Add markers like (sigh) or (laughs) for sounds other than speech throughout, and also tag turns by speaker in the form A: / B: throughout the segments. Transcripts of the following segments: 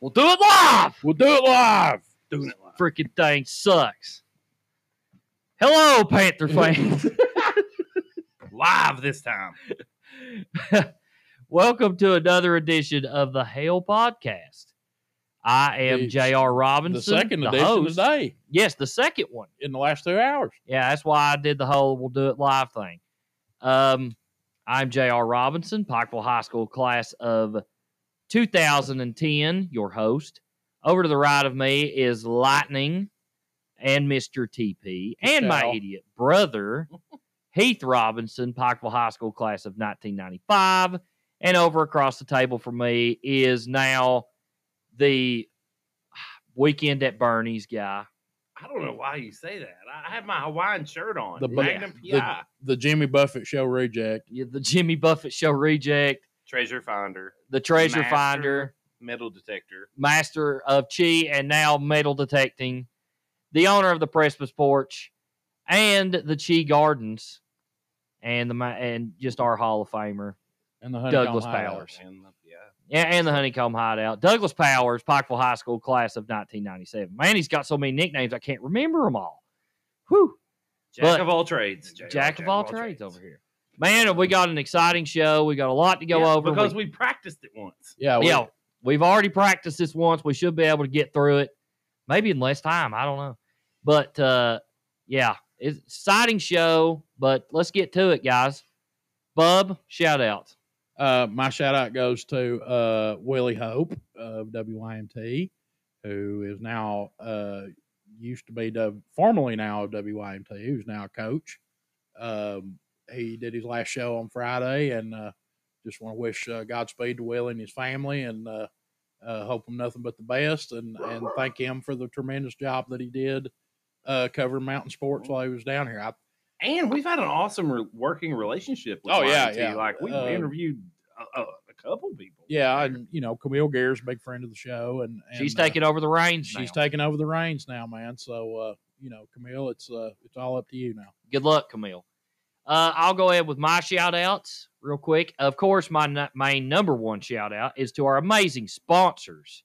A: We'll do it live.
B: We'll do it live.
C: Doing it live.
A: Freaking thing sucks. Hello, Panther fans.
C: (laughs) Live this time.
A: (laughs) Welcome to another edition of the Hail Podcast. I am
B: It's
A: J.R. Robinson,
B: the second
A: the
B: edition
A: host.
B: today
A: Yes, the second one.
B: in the last two hours.
A: Yeah, that's why I did the whole we'll do it live thing. Um, I'm J.R. Robinson, Pikeville High School class of 2010, your host. Over to the right of me is Lightning and Mr. TP and my
B: Al.
A: idiot brother, Heath Robinson, Pikeville High School class of 1995. And over across the table from me is now the weekend at Bernie's guy.
C: I don't know why you say that. I have my Hawaiian shirt on.
B: The
C: The
B: bu-
C: Magnum
B: the-
C: PI.
B: The Jimmy Buffett show reject.
A: Yeah, the Jimmy Buffett Show reject,
C: Treasure finder.
A: the treasure
C: Master.
A: finder,
C: Metal detector.
A: master of chi, and now metal detecting, the owner of the Precipice Porch, and the Chi Gardens, and the ma- and just our Hall of Famer,
B: And the Honeycomb
A: Douglas
B: Hideout.
A: Powers.
C: And the- yeah.
A: yeah, and the Honeycomb Hideout, Douglas Powers, Pikeville High School class of 1997. Man, he's got so many nicknames I can't remember them all. Whew.
C: Jack
A: But-
C: of all trades. J.R.
A: Jack, of all, trades over here. Man, have we got an exciting show. We got a lot to go
C: Yeah,
A: over.
C: Because
A: We-
C: we practiced it once.
B: Yeah, we,
A: yeah, Oh, we've already practiced this once. We should be able to get through it, maybe in less time. I don't know, but uh, yeah, it's exciting show. But let's get to it, guys. Bub, shout out.
B: Uh, my shout out goes to uh, Willie Hope of WYMT, who is now uh, used to be w- formerly now of WYMT, who's now a coach. Um, he did his last show on Friday, and uh, just want to wish uh, Godspeed to Willie and his family, and uh, uh, hope him nothing but the best, and and thank him for the tremendous job that he did uh, covering mountain sports while he was down here. I,
C: And we've had an awesome re- working relationship with
B: Oh, yeah,
C: YMT.
B: yeah.
C: Like we
A: Um,
B: Uh,
C: interviewed a, a, a couple people.
B: yeah, and you know Camille Gare's a big friend of the show, and, and
A: She's
B: uh,
A: taking over the reins.
B: she's
A: She's
B: taking over the reins now, man. So uh, you know, Camille, it's uh, it's all up to you now.
A: good luck, Camille. Uh, I'll go ahead with my shout outs real quick. Of course, my nu- main number one shout out is to our amazing sponsors,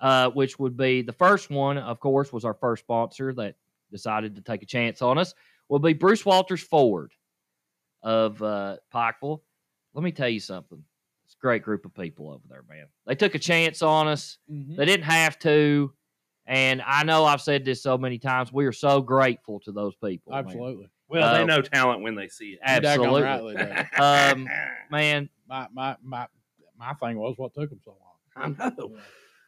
A: uh, which would be the first one, of course, was our first sponsor that decided to take a chance on us, will be Bruce Walters Ford of uh, Pikeville. Let me tell you something. It's a great group of people over there, man. They took a chance on us. They didn't have to. And I know I've said this so many times. We are so grateful to those people. man.
B: Absolutely,
C: Well,
A: Uh,
C: they know talent when they see it.
B: You're
A: Absolutely.
B: daggone rightly
C: (laughs)
B: there.
A: Um, Man,
B: my my my my thing was what took him so long.
C: I know.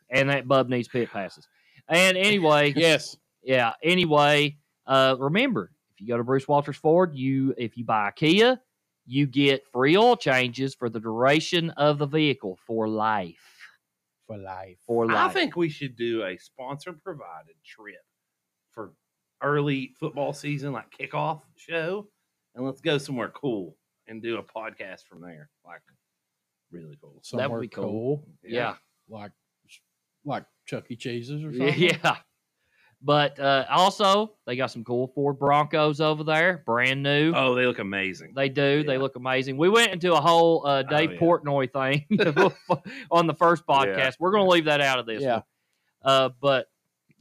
A: and that bub needs pit passes. And
C: (laughs)
A: anyway, yeah.
B: Yes,
A: Anyway, uh, remember if you go to Bruce Walters Ford, you if you buy a Kia, you get free oil changes for the duration of the vehicle for life.
B: for life.
A: For life.
C: I think we should do a sponsor provided trip for early football season, like kickoff show, and let's go somewhere cool and do a podcast from there. Like, really cool.
B: Somewhere
A: be cool. yeah.
B: like like Chuck E. Cheese's or something.
A: (laughs) Yeah. But uh, also, they got some cool Ford Broncos over there, brand new.
C: Oh, they look amazing.
A: They do. They
C: Yeah.
A: look amazing. We went into a whole uh,
C: Oh,
A: Dave
C: yeah.
A: Portnoy thing (laughs) on the first podcast. We're going to leave that out of this.
B: Yeah.
A: one. Uh, but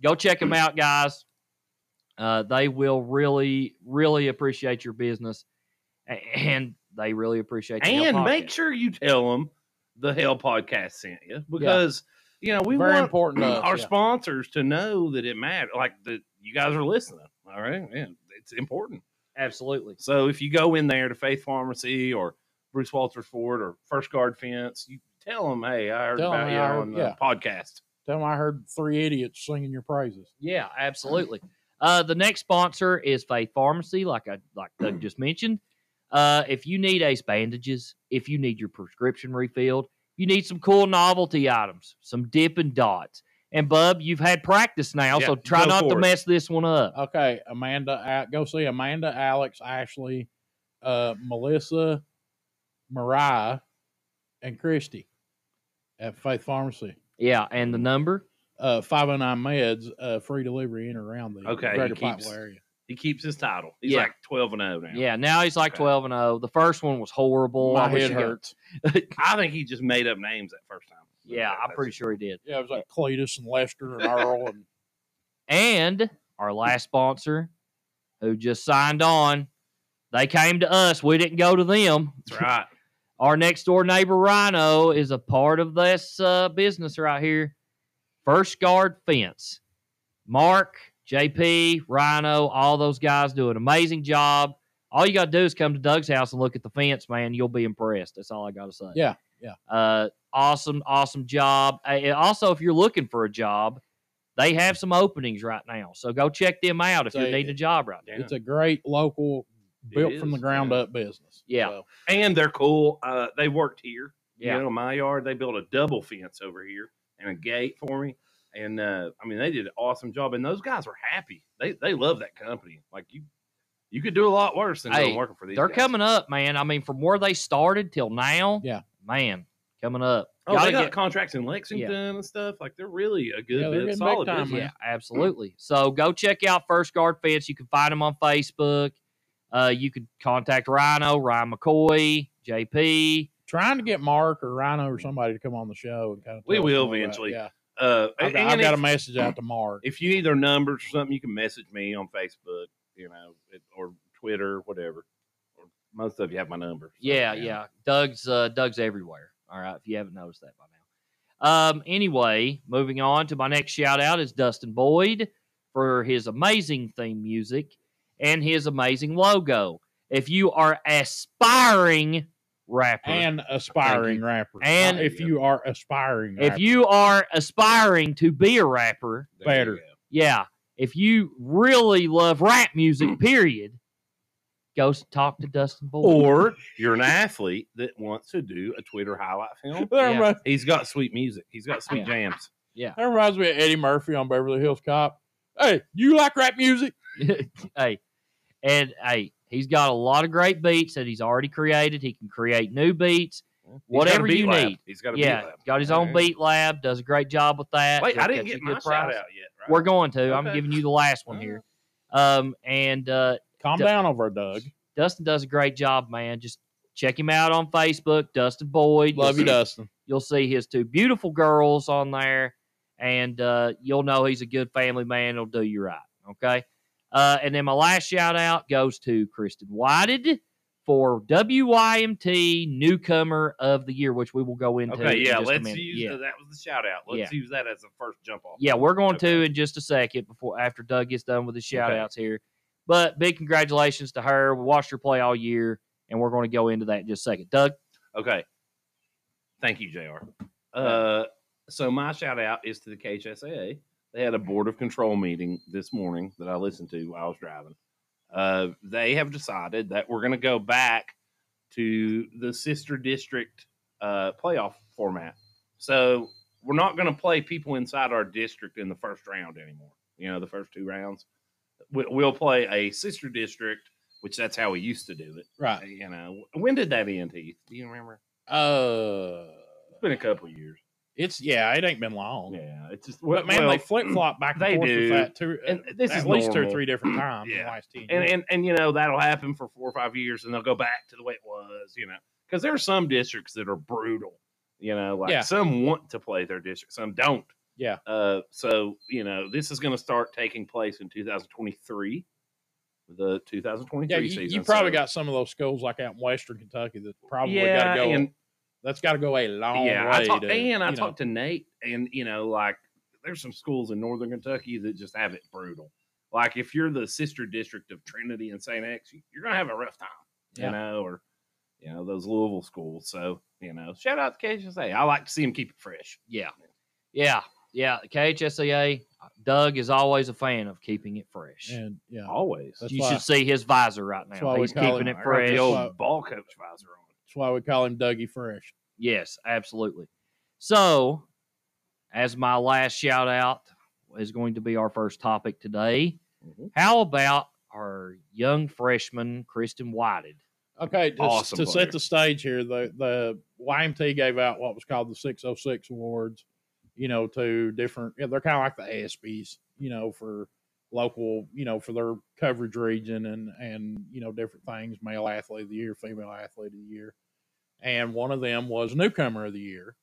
A: go check them out, guys. Uh, they will really, really appreciate your business, a- and they really appreciate the Hell
C: and make
A: Podcast.
C: sure you tell them the Hell Podcast sent you because you know we
B: Very
C: want
B: important
C: (clears throat)
B: to us,
C: our
B: yeah.
C: sponsors to know that it matters. Like that you guys are listening. All right, man, it's important.
A: absolutely.
C: So if you go in there to Faith Pharmacy or Bruce Walter Ford or First Guard Fence, you tell them, "Hey, I heard
B: Tell 'em
C: about
B: I
C: you
B: heard-
C: on the
B: yeah.
C: podcast."
B: Tell him I heard three idiots singing your praises.
A: Yeah, absolutely. Uh, the next sponsor is Faith Pharmacy, like I like
C: Mm.
A: Doug just mentioned. Uh, if you need ace bandages, if you need your prescription refilled, you need some cool novelty items, some dip and dots. And Bub, you've had practice now,
C: Yeah,
A: so try
C: go
A: not to
C: for it.
A: mess this one up.
B: Okay, Amanda, Al- go see Amanda, Alex, Ashley, uh, Melissa, Mariah, and Christy at Faith Pharmacy.
A: Yeah, and the number.
B: uh, 509 meds, uh, free delivery in and around the
C: Okay, he
B: greater
C: keeps-
B: Pikeville area.
C: He keeps his title. He's
A: Yeah.
C: like twelve and zero now.
A: Yeah, now he's like
C: Okay.
A: twelve and zero. The first one was horrible. I
B: My
A: wish
B: (laughs) head
A: he got-
B: hurts.
C: I think he just made up names that first time.
A: Yeah,
C: Okay,
A: I'm pretty
C: that's-
A: sure he did.
B: Yeah, it was like Cletus and Lester and Earl and
A: And our last sponsor, who just signed on, they came to us. We didn't go to them.
C: That's right.
A: Our next door neighbor, Rhino, is a part of this uh, business right here. First Guard Fence. Mark, JP, Rhino, all those guys do an amazing job. All you got to do is come to Doug's house and look at the fence, man. You'll be impressed. That's all I got to say.
B: Yeah, yeah.
A: Uh, awesome, awesome job. Uh, and also, if you're looking for a job, they have some openings right now. So go check them out if you
B: Say
A: need
B: it.
A: a job right now.
C: (laughs) Yeah.
B: it's a great local (laughs) built from the
C: is,
B: ground
C: yeah.
B: up business.
A: Yeah.
B: So,
C: And they're cool. Uh, they worked here.
A: Yeah.
C: You know, my yard, they built a double fence over here and a gate for me. And uh, I mean, they did an awesome job. And those guys were happy. They they love that company. Like you, you could do a lot worse than
A: Hey,
C: going working for these.
A: They're
C: guys.
A: coming up, man. I mean, from where they started till now,
B: Yeah.
A: man, coming up.
C: Oh,
A: Gotta
C: they got
A: get-
C: contracts in Lexington and stuff. Like they're really a good,
B: Yeah, they're
C: bit-
B: getting big
C: solid
B: time,
C: business.
A: yeah, absolutely. So go check out First Guard Fence. You can find them on Facebook. Uh, you could contact Rhino, Ryan McCoy, JP.
B: trying to get Mark or Rhino or somebody to come on the show and kind of.
C: We
B: tell us more
C: will
B: about it.
C: eventually.
B: Yeah.
C: Uh,
B: I've,
C: and
B: got- I've got a
C: if,
B: message out to Mark.
C: if you need their numbers or something, you can message me on Facebook, you know, it- or Twitter, whatever. Or most of you have my number. so,
A: Yeah,
C: you
A: yeah.
C: know.
A: Doug's uh, Doug's everywhere. All right, if you haven't noticed that by now. Um, anyway, moving on to my next shout out is Dustin Boyd for his amazing theme music and his amazing logo. If you are aspiring rapper,
B: and aspiring rapper.
A: And-
B: if you are aspiring,
A: if
B: rapper.
A: you are aspiring to be a rapper,
C: There you
B: better.
C: go.
A: yeah, if you really love rap music, period, go s- talk to Dustin Boyd.
C: Or you're an athlete that wants to do a Twitter highlight
A: (laughs)
C: film.
B: that,
A: Yeah.
B: reminds,
C: He's got sweet music. He's got sweet
A: Yeah.
C: jams.
B: that reminds me of Eddie Murphy on Beverly Hills Cop. Hey, you like rap music?
A: (laughs) hey, and hey, he's got a lot of great beats that he's already created. He can create new beats.
C: He's got a
A: Whatever
C: beat
A: you
C: lab.
A: need.
C: He's got a
A: yeah,
C: beat lab.
A: got his own
C: Alright.
A: beat lab. Does a great job with that.
C: Wait, I
A: He'll cut
C: didn't
A: you
C: get
A: a
C: my
A: good
C: shout out
A: price.
C: yet. Right?
A: We're going to. I'm
C: Okay.
A: giving you the last one here. Um, and uh,
B: Calm
A: Du-
B: down over it, Doug.
A: Dustin does a great job, man. Just check him out on Facebook, Dustin Boyd.
B: Love you,
A: You'll see-
B: Dustin.
A: You'll see his two beautiful girls on there, and uh, you'll know he's a good family man. He'll do you right. Okay. Uh, and then my last shout out goes to Kristen Whited for WYMT Newcomer of the Year, which we will go into.
C: Okay,
A: in
C: yeah,
A: just a
C: let's
A: minute.
C: use
A: yeah.
C: that was the shout out. Let's use that as the first jump off.
A: Yeah, we're going to
C: Okay.
A: in just a second before after Doug gets done with his
C: Okay.
A: shout outs here. But big congratulations to her. We watched her play all year, and we're going to go into that in just a second. Doug,
C: Okay. Thank you, JR. Uh, so my shout out is to the KHSAA. They had a board of control meeting this morning that I listened to while I was driving. Uh, they have decided that we're going to go back to the sister district uh, playoff format. So we're not going to play people inside our district in the first round anymore. You know, the first two rounds. We- We'll play a sister district, which that's how we used to do it
B: Right.
C: you know, when did that end, Heath? Do you remember?
B: Uh,
C: It's been a couple years.
B: it's yeah. It ain't been long.
C: Yeah, it's just
B: But man,
C: well,
B: they flip
C: (clears throat)
B: flop back and
C: they
B: forth
C: do.
B: with that two, uh,
C: And this
B: at
C: is
B: least two or
C: normal.
B: three
C: (clears throat)
B: different times in
C: Yeah.
B: the last ten
C: and,
B: years.
C: and and you know that'll happen for four or five years, and they'll go back to the way it was. You know, because there are some districts that are brutal. You know, like
B: Yeah.
C: some want to play their district, some don't.
B: yeah.
C: Uh, so you know, this is going to start taking place in 2023, the 2023
B: Yeah, you,
C: season.
B: you probably
C: so-
B: got some of those schools like out in Western Kentucky that probably
C: yeah,
B: got to go.
C: and
B: that's got to go a long
C: yeah,
B: way.
C: I talked
B: to,
C: and I
B: you know,
C: talked to Nate, and you know, like there's some schools in Northern Kentucky that just have it brutal. Like if you're the sister district of Trinity and St. X, you- you're gonna have a rough time,
B: Yeah.
C: you know, or you know those Louisville schools. So you know, shout out to KHSA. I like to see them keep it fresh.
A: yeah, yeah, yeah. KHSEA, Doug is always a fan of keeping it fresh.
B: and yeah,
C: Always.
B: That's
A: you
B: why-
A: should see his visor right
B: that's
A: now.
B: why we
A: He's
B: call
A: keeping
B: it-
A: it
C: I got
A: fresh.
C: The
B: That's
C: old
B: why-
C: ball coach visor on.
B: That's why we call him Dougie Fresh.
A: Yes, absolutely. So, as my last shout out is going to be our first topic today.
B: Mm-hmm.
C: Mhm.
A: How about our young freshman, Kristen Whited?
B: Okay, just
C: Awesome
B: to
C: player.
B: set the stage here, the the YMT gave out what was called the 606 awards, you know, to different. Yeah, they're kind of like the ASPs, you know, for local, you know, for their coverage region and and you know different things, male athlete of the year, female athlete of the year, and one of them was newcomer of the year,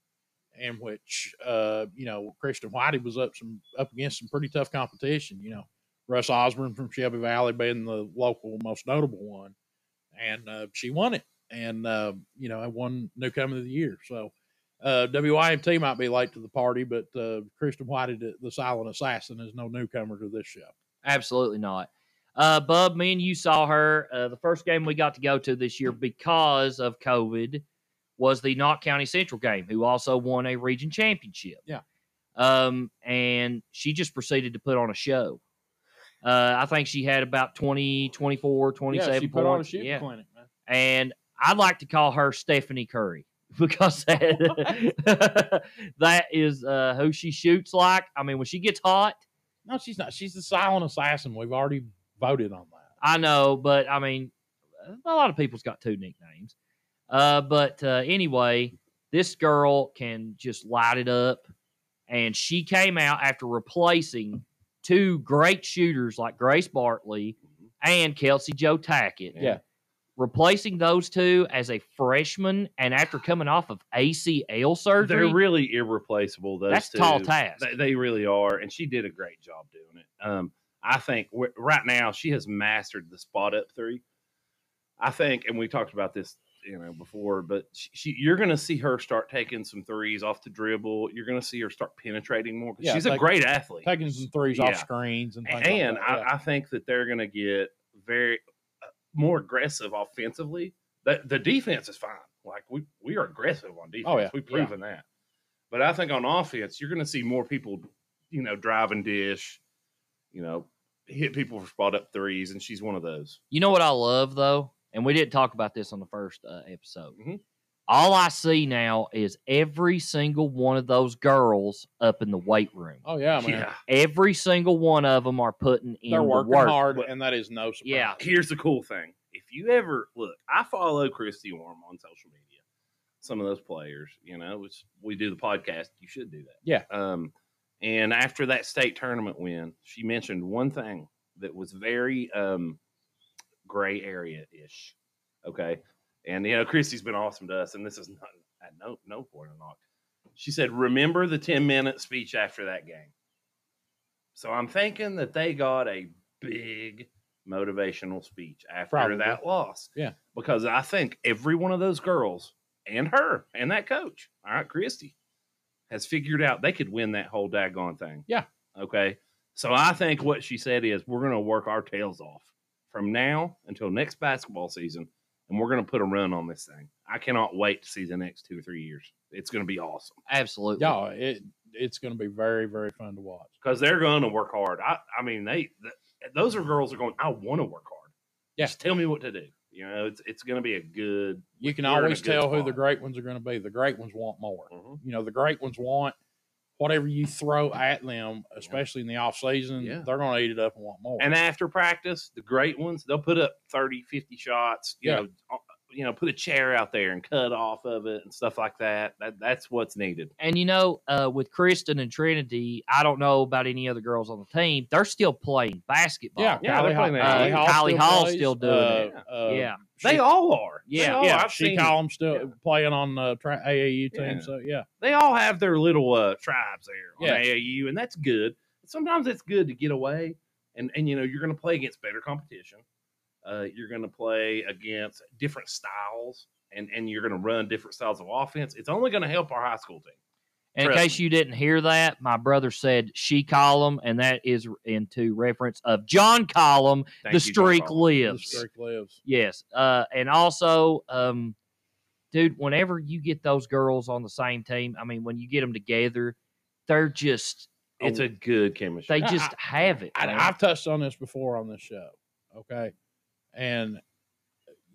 B: in which uh, you know Christian Whitey was up some up against some pretty tough competition. You know, Russ Osborne from Shelby Valley being the local most notable one, and uh, she won it, and uh, you know, I won newcomer of the year. So uh, WIMT might be late to the party, but uh, Christian Whitey, the, the silent assassin, is no newcomer to this show.
A: Absolutely not. Uh, Bub, me and you saw her. Uh, the first game we got to go to this year because of COVID was the Knott County Central game, who also won a region championship.
B: Yeah.
A: Um, and she just proceeded to put on a show. Uh, I think she had about 20, 24, 27
B: yeah, she
A: points.
B: put on a shooting
A: yeah.
B: clinic, man.
A: And I'd like to call her Stephanie Curry (laughs) because that, (laughs) that is uh, who she shoots like. I mean, when she gets hot,
B: No, she's not. She's the silent assassin. We've already voted on that.
A: I know, but I mean, a lot of people's got two nicknames. Uh, but uh, anyway, this girl can just light it up, and she came out after replacing two great shooters like Grace Bartley
C: Mm-hmm.
A: and Kelsey Joe Tackett.
B: Yeah.
A: Replacing those two as a freshman, and after coming off of ACL surgery,
C: They're really irreplaceable. Those
A: that's a
C: two.
A: tall task.
C: They, they really are, and she did a great job doing it. Um, I think wh- right now she has mastered the spot up three. I think, and we talked about this, you know, before, but she, she, you're going to see her start taking some threes off the dribble. You're going to see her start penetrating more. 'cause
B: Yeah,
C: she's a
B: like-
C: great athlete,
B: Taking some threes
C: Yeah.
B: off screens and things
C: and
B: like that.
C: I,
B: yeah.
C: I think that they're going to get very uh, more aggressive offensively. That the defense is fine. Like we we are aggressive on defense.
B: Oh, yeah.
C: We've proven that. But I think on offense, you're going to see more people, you know, drive and dish, you know, hit people for spot up threes, and she's one of those.
A: You know what I love though, and we didn't talk about this on the first uh, episode.
B: Mm-hmm.
C: Mhm.
A: All I see now is every single one of those girls up in the weight room.
B: oh yeah, man.
C: yeah.
A: Every single one of them are putting in
B: They're
A: the
B: working
A: work.
B: hard,
C: But-
B: and that is no surprise.
A: Yeah.
C: Here's the cool thing: if you ever look, I follow Christy Warm on social media. Some of those players, you know, which we do the podcast. You should do that.
B: Yeah.
C: Um, and after that state tournament win, she mentioned one thing that was very um, gray area ish. Okay, and you know, Christy's been awesome to us, and this is not I no no point or not. She said, "Remember the ten minute speech after that game." So I'm thinking that they got a big motivational speech after
B: Probably.
C: that loss.
B: Yeah.
C: Because I think every one of those girls and her and that coach, all right, Christy, has figured out they could win that whole daggone thing.
B: Yeah.
C: Okay. So I think what she said is we're going to work our tails off from now until next basketball season, and we're going to put a run on this thing. I cannot wait to see the next two or three years. It's going to be awesome.
A: Absolutely.
B: Y'all, it it's going to be very, very fun to watch.
C: because they're going to work hard. I, I mean, they th- those are girls are going. I want to work hard.
B: Yeah.
C: Just tell me what to do. You know, it's it's going to be a good.
B: You can
C: We're in a
B: always
C: good
B: tell who the
C: spot.
B: great ones are going to be. The great ones want more.
C: Mhm.
B: You know, the great ones want whatever you throw at them, especially in the off season.
C: Yeah.
B: They're going to eat it up and want more.
C: And after practice, the great ones they'll put up 30, 50 shots. You
B: Yeah.
C: know, uh, you know, put a chair out there and cut off of it and stuff like that. That that's what's needed.
A: And you know, uh, with Kristen and Trinity, I don't know about any other girls on the team. They're still playing basketball.
B: yeah,
C: Yeah, they're
B: Kylie, Hall-
C: playing
A: that.
B: Kylie
A: Uh,
B: Hall
A: Kylie
B: still
A: Hall's
B: plays.
A: still doing
C: it.
B: uh,
A: Yeah.
C: they
B: she-
C: all are. They
A: Yeah.
C: all.
B: yeah,
C: I've
B: she
C: seen-
B: called them still
C: Yeah.
B: playing on uh, the tri- AAU team.
C: Yeah.
B: So yeah,
C: they all have their little uh, tribes there on
B: Yeah.
C: AAU, and that's good. Sometimes it's good to get away, and and you know you're going to play against better competition. Uh, you're going to play against different styles, and and you're going to run different styles of offense. It's only going to help our high school team.
A: And in
C: Trust
A: case
C: me.
A: you didn't hear that, my brother said she column, and that is into reference of John Column,
C: Thank
A: the
C: you,
A: streak
C: John.
B: the
A: lives.
B: streak lives.
A: Yes. Uh, and also, um, dude, whenever you get those girls on the same team, I mean, when you get them together, they're just,
C: It's a good chemistry.
A: they
B: I-
A: just have it. man.
B: I, I've touched on this before on this show, okay? And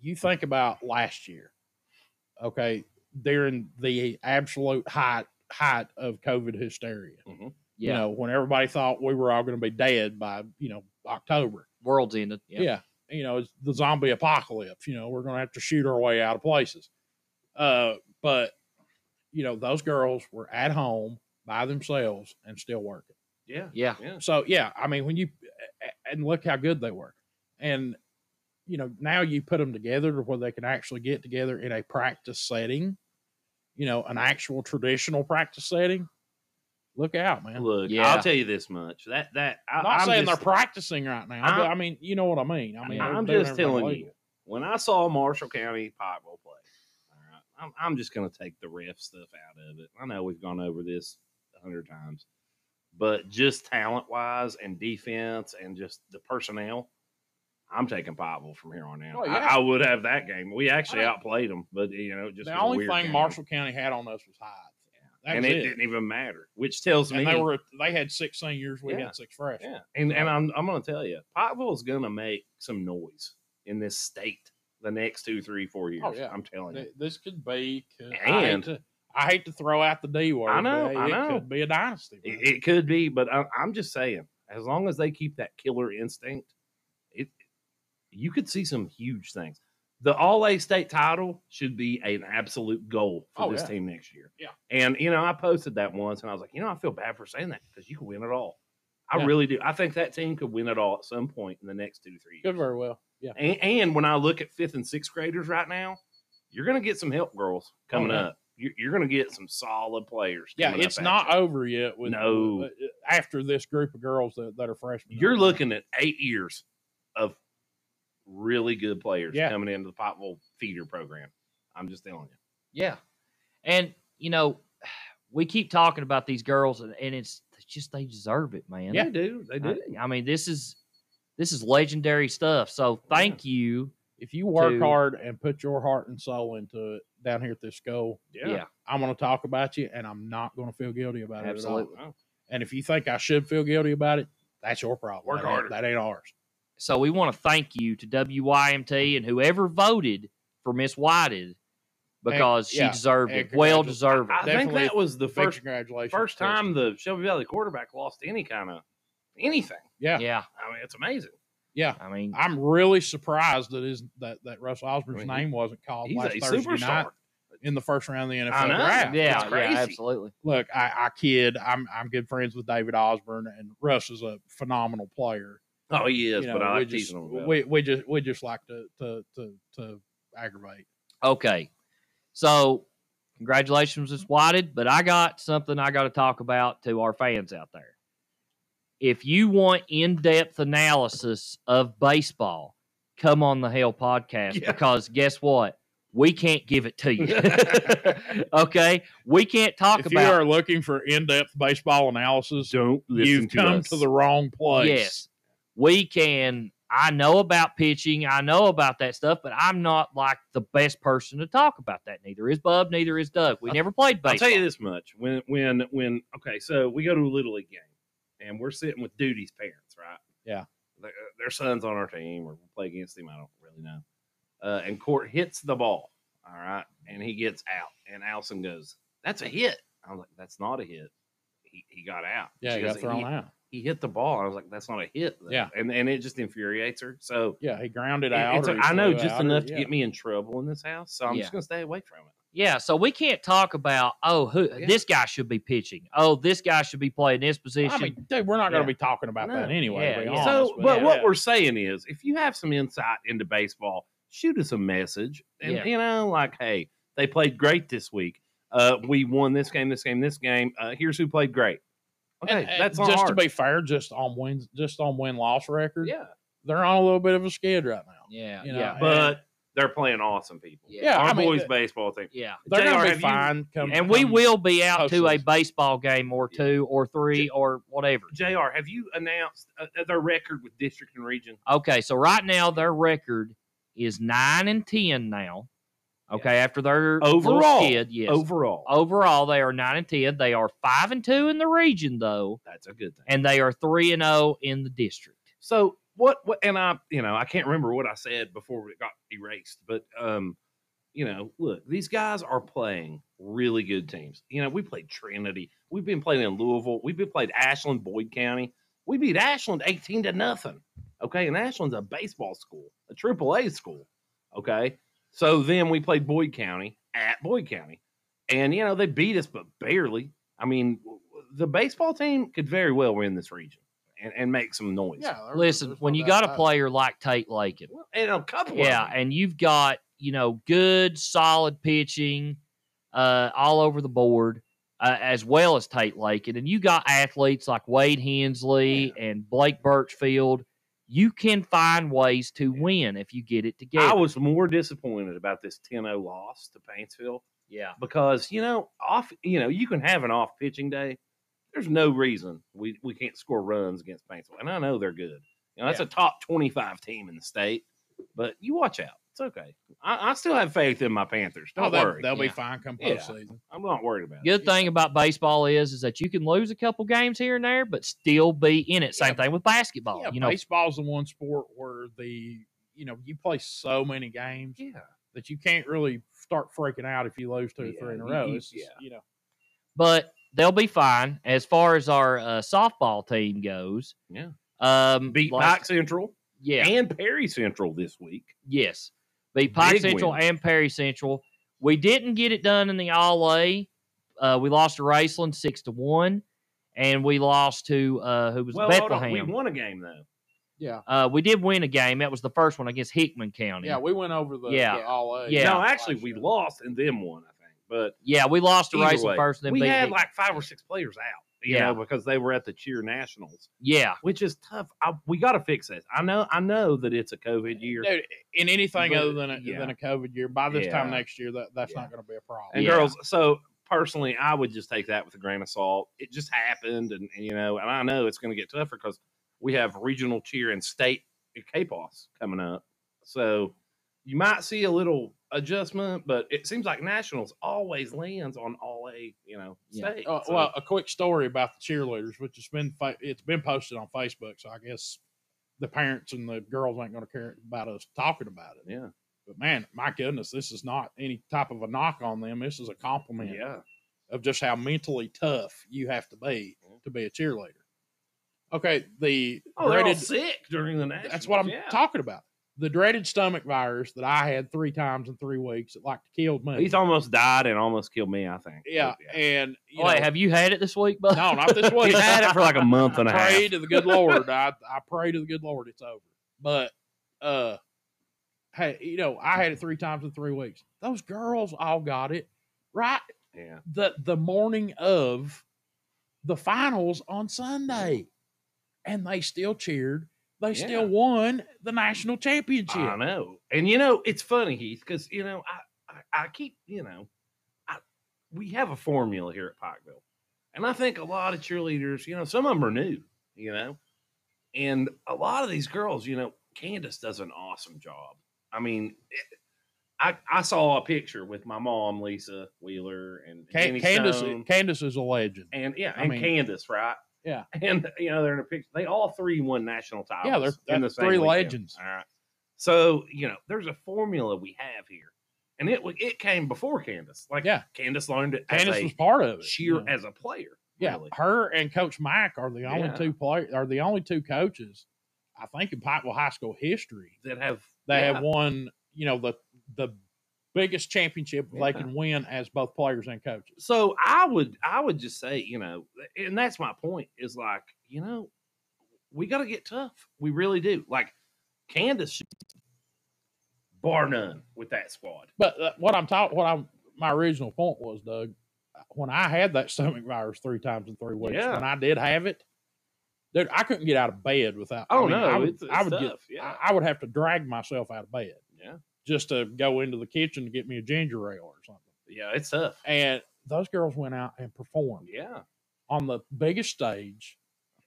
B: you think about last year, okay? During the absolute height height of COVID hysteria,
A: yeah.
B: you know, when everybody thought we were all going to be dead by you know October,
A: world's ended. Yeah.
B: yeah. You know, it's the zombie apocalypse. You know, we're going to have to shoot our way out of places. Uh, but you know, those girls were at home by themselves and still working.
C: Yeah,
A: Yeah.
C: yeah.
B: So yeah, I mean, when you and look how good they were, and you know now you put them together to where they can actually get together in a practice setting. you know, an actual traditional practice setting, look out, man.
C: Look,
A: Yeah.
C: I'll tell you this much. That that I,
B: I'm not
C: I'm
B: saying
C: just,
B: they're practicing right now, but
C: I'm-
B: I mean, you know what I mean. I mean,
C: I'm
B: they're doing
C: just
B: everything
C: telling
B: legal.
C: you. When I saw Marshall County Pikeville play, all right, I'm, I'm just going to take the ref stuff out of it. I know we've gone over this a hundred times, but just talent wise and defense and just the personnel, I'm taking Pikeville from here on out.
B: Oh,
C: I,
B: yeah.
C: I would have that game. We actually
B: I-
C: outplayed them, but you know, it just
B: The
C: was a
B: only
C: weird
B: thing
C: game.
B: Marshall County had on us was hides. That
C: and
B: was
C: it,
B: it.
C: didn't even matter, which tells
B: And
C: me
B: they were they had six seniors, we
C: Yeah.
B: had six freshmen.
C: Yeah, and and I'm I'm gonna tell you, Pikeville's gonna make some noise in this state the next two, three, four years.
B: Oh, yeah.
C: I'm telling you.
B: Th- This could be. could- I, hate
C: And-
B: to, I hate to throw out the D word.
C: I
B: I
C: know,
B: know. But
C: I
B: it
C: know.
B: could be a dynasty. man.
C: It, it could be, but I, I'm just saying, as long as they keep that killer instinct, it you could see some huge things. The All A state title should be an absolute goal for
B: Oh,
C: this
B: yeah.
C: team next year.
B: Yeah.
C: and you know, I posted that once, and I was like, you know, I feel bad for saying that because you can win it all. I
B: Yeah.
C: really do. I think that team could win it all at some point in the next two, three years.
B: could very well. Yeah.
C: And, and when I look at fifth and sixth graders right now, you're going to get some help girls coming
B: Oh, yeah.
C: up. You're, you're going to get some solid players.
B: Yeah,
C: coming up
B: it's
C: at
B: not
C: you.
B: over yet. With
C: No.
B: uh, after this group of girls that, that are freshmen,
C: You're looking at eight years of really good players
B: Yeah.
C: coming into the Potville feeder program. I'm just telling you.
A: Yeah. And, you know, (sighs) we keep talking about these girls and, and it's, it's just they deserve it, man.
C: they do. They do.
A: I, I mean, this is this is legendary stuff. So
C: Yeah.
A: thank you.
B: if you work
A: to-
B: hard and put your heart and soul into it down here at this school,
A: Yeah.
B: I'm going to talk about you, and I'm not going to feel guilty about it. At all.
A: Absolutely.
C: Oh,
B: And if you think I should feel guilty about it, that's your problem.
C: Work
B: that ain't-
C: harder.
B: That ain't ours.
A: So we want to thank you to WYMT and whoever voted for Miss Whited because she
B: yeah,
A: deserved
B: and
A: it. Well
B: congratulations.
A: deserved
C: I
A: it.
C: think
B: Definitely
C: that was the
B: Big
C: first
B: congratulations.
C: first
B: Chris.
C: time the Shelby Valley quarterback lost any kind of anything.
B: Yeah.
A: Yeah.
C: I mean, it's amazing.
B: Yeah.
A: I mean,
B: I'm really surprised that is that that Russell Osborne's
C: I mean, he-
B: name wasn't called
C: He's
B: last
C: a
B: Thursday
C: superstar.
B: night in the first round of the NFL
C: know.
B: draft.
A: yeah,
C: it's
A: yeah,
C: crazy.
A: absolutely.
B: Look, I, I kid. I'm I'm good friends with David Osborne, and Russ is a phenomenal player.
C: Oh, he is,
B: You
C: but
B: know,
C: I
B: we
C: like
B: just
C: teasing him. about it.
B: we, we just we just like to to to, to aggravate.
A: Okay. So congratulations, Miss Whited. But I got something I got to talk about to our fans out there. If you want in depth analysis of baseball, come on the Hell podcast
C: Yeah.
A: because guess what? We can't give it to
B: (laughs)
C: (laughs)
A: you. (laughs) okay. We can't talk
B: if you
A: about
B: are looking for in-depth baseball analysis,
C: Don't
B: you've come to, the wrong place.
A: Yes. We can. I know about pitching. I know about that stuff, but I'm not like the best person to talk about that. Neither is Bub, neither is Doug. We
C: I'll-
A: never played baseball.
C: I'll tell you this much: when when when okay, so we go to a little league game, and we're sitting with Duty's parents, right?
B: Yeah.
C: their, their son's on our team, or we play against him. I don't really know. Uh, and Court hits the ball, all right, and he gets out, and Allison goes, "That's a hit." I was like, "That's not a hit." He, he got out.
B: Yeah,
C: She
B: he got
C: goes,
B: thrown
C: he,
B: out.
C: he hit the ball. I was like, "That's not a hit." though."
B: Yeah.
C: and and it just infuriates her. So
B: Yeah, he grounded
C: it-
B: out.
C: it's-
B: or he
C: I know
B: flew
C: just
B: out or-
C: enough to
B: yeah.
C: get me in trouble in this house, so I'm
A: Yeah.
C: just gonna stay away from it.
A: Yeah, so we can't talk about oh who
C: Yeah.
A: this guy should be pitching. Oh, this guy should be playing this position.
B: I mean, dude, we're not going
A: Yeah.
B: to be talking about that
C: No.
B: anyway.
A: Yeah,
B: to be
A: yeah.
B: honest,
C: so, but
B: yeah.
C: what we're saying is, if you have some insight into baseball, shoot us a message, and
A: Yeah.
C: you know, like, hey, they played great this week. Uh, we won this game, this game, this game. Uh, here's who played great. Okay,
B: And- and
C: that's not
B: just to
C: hard.
B: be fair, just on wins, just on win loss record,
C: yeah,
B: they're on a little bit of a skid right now.
A: yeah,
B: you know,
A: yeah,
C: but they're playing awesome people.
A: yeah,
B: yeah, Um,
C: Our
B: I mean,
C: boys
B: th-
C: baseball team.
A: yeah.
B: they're
C: JR,
B: going to
C: have
B: be
C: you-
B: fine. come,
A: And we
B: come-
A: will be out to a
B: postseason.
A: baseball game or
C: Yeah.
A: two or three or whatever.
C: Jr. Have you announced uh, uh, their record with district and region?
A: Okay, so right now their record is nine and ten now. Okay, after their little
C: Overall.
A: skid, yes. Oh.
C: Overall,
A: Overall, they are nine and ten. They are five and two in the region though,
C: that's a good thing.
A: and they are three and zero in the district.
C: So what? What? And I, you know, I can't remember what I said before it got erased. But um, you know, look, these guys are playing really good teams. You know, we played Trinity. We've been playing in Louisville. We've been played Ashland, Boyd County. We beat Ashland eighteen to nothing. Okay, and Ashland's a baseball school, a Triple A school. Okay, so then we played Boyd County at Boyd County, and you know they beat us, but barely. I mean, w- w- the baseball team could very well win this region and, and make some noise.
B: Yeah, there-
A: Listen,
B: there's no
A: when you got
B: doubt
A: a
B: about it.
A: player like Tate Lakin.
C: Well, and a couple.
A: Yeah,
C: of them.
A: and you've got you know good solid pitching. uh, all over the board, uh, as well as Tate Lakin. And you got athletes like Wade Hensley and Blake Birchfield. You can find ways to
C: Yeah.
A: win if you get it together.
C: I was more disappointed about this 10-0 loss to Paintsville
A: yeah.
C: because you know off you know you can have an off pitching day. There's no reason we, we can't score runs against Paintsville, and I know they're good. You know that's a top 25 team in the state, but you watch out. It's okay. I, I still have faith in my Panthers. Don't
B: Oh, they'll,
C: worry.
B: they'll be
A: yeah.
B: fine come
C: Yeah.
B: postseason.
C: I'm not worried about it.
A: Good thing about baseball is is that you can lose a couple games here and there, but still be in it. Same
B: Yeah.
A: thing with basketball.
B: Yeah,
A: you know,
B: baseball's the one sport where the you know you play so many games
C: Yeah.
B: that you can't really start freaking out if you lose two or
C: Yeah,
B: three in a
C: you-
B: row.
C: you-
B: It's just,
C: yeah.
B: you know,
A: but they'll be fine as far as our uh, softball team goes.
C: Yeah.
A: Um,
C: Beat
A: like-
C: Pike Central
A: Yeah.
C: and Perry Central this week.
A: Yes. Beat Pike
C: Big
A: Central
C: wins.
A: and Perry Central. We didn't get it done in the All A. Uh, we lost to Raceland six to one, and we lost to uh, who was
C: Well, hold on.
A: Bethlehem.
C: we won a game though.
B: yeah,
A: uh, we did win a game. That was the first one against Hickman County.
B: yeah. We went over the
A: Yeah.
B: the all A.
A: Yeah.
C: No, actually, we lost and then won. I think, but
A: Yeah, we lost to
C: Either
A: Raceland
C: way,
A: first, then
C: we
A: beat
C: had
A: Hickman.
C: like five or six players out. You
A: Yeah.
C: know, because they were at the cheer nationals,
A: yeah,
C: which is tough. I, we got to fix this. I know. I know that it's a COVID year.
B: Dude, in anything
C: But,
B: other than a,
C: yeah.
B: than a COVID year, by this time
C: Yeah.
B: next year, that, that's
C: Yeah.
B: not going to be a problem.
C: And
A: Yeah.
C: girls, so personally, I would just take that with a grain of salt. It just happened, and, and, you know, and I know it's going to get tougher because we have regional cheer and state capos coming up. So you might see a little adjustment, but it seems like nationals always lands on all a you know
A: Yeah. Oh,
C: state.
B: Uh,
C: So-
B: well, a quick story about the cheerleaders, which has been fa- it's been posted on Facebook, so I guess the parents and the girls ain't going to care about us talking about it.
C: yeah,
B: But man, my goodness, this is not any type of a knock on them. This is a compliment
C: yeah.
B: of just how mentally tough you have to be
C: Yeah.
B: to be a cheerleader. Okay, the
C: Oh, they're all
B: dreaded,
C: sick during the nationals.
B: that's what I'm
C: yeah.
B: talking about. The dreaded stomach virus that I had three times in three weeks, it like killed me.
C: He's almost died and almost killed me. I think.
B: yeah, and you
A: Wait,
B: know,
A: have you had it this week, bud?
B: (laughs) no, not
C: (laughs)
B: this one.
C: Oh, He's had it for like a month and a half.
B: pray to the good Lord. I, I pray to the good Lord it's over. But uh hey, you know, I had it three times in three weeks. Those girls all got it right
C: Yeah.
B: the the morning of the finals on Sunday. And they still cheered. They
C: Yeah.
B: still won the national
C: I
B: championship.
C: know. And you know, it's funny, Heath, because you know, I, I I keep, you know, I we have a formula here at Pikeville. And I think a lot of cheerleaders, you know, some of them are new, you know. And a lot of these girls, you know, Candace does an awesome job. I mean, it, I, I saw a picture with my mom, Lisa Wheeler, and
B: Can-
C: Jenny
B: Candace
C: Stone.
B: Candace is a legend.
C: and yeah,
B: I
C: and
B: mean-
C: Candace, right?
B: Yeah.
C: (laughs) and you know they're in a picture. They all three won national titles.
B: Yeah, they're-
C: in
B: they're
C: the same
B: three
C: weekend.
B: legends.
C: All right. So you know, there's a formula we have here, and it wa- it came before Candace. Like
B: Yeah.
C: Candace learned it
B: Candace
C: as
B: was
C: a
B: part of it.
C: cheer
B: you know.
C: as a player.
B: Yeah,
C: really.
B: her and Coach Mike are the only
C: Yeah.
B: two play are the only two coaches, I think, in Pikeville High School history
C: that have
B: that
C: yeah,
B: have won. You know the the biggest championship
C: Yeah.
B: they can win as both players and coaches.
C: so I would I would just say you know, and that's my point is like you know, we got to get tough. We really do. Like Candace, should- bar none, with that squad.
B: But uh, what I'm talking, what I'm my original point was, Doug, when I had that stomach virus three times in three weeks,
C: Yeah.
B: when I did have it, dude, I couldn't get out of bed without.
C: Oh
B: mean,
C: no,
B: I would,
C: it's, it's
B: I would
C: tough.
B: get,
C: yeah.
B: I, I would have to drag myself out of bed
C: Yeah.
B: just to go into the kitchen to get me a ginger ale or something.
C: Yeah, it's tough.
B: and those girls went out and performed
C: Yeah.
B: on the biggest stage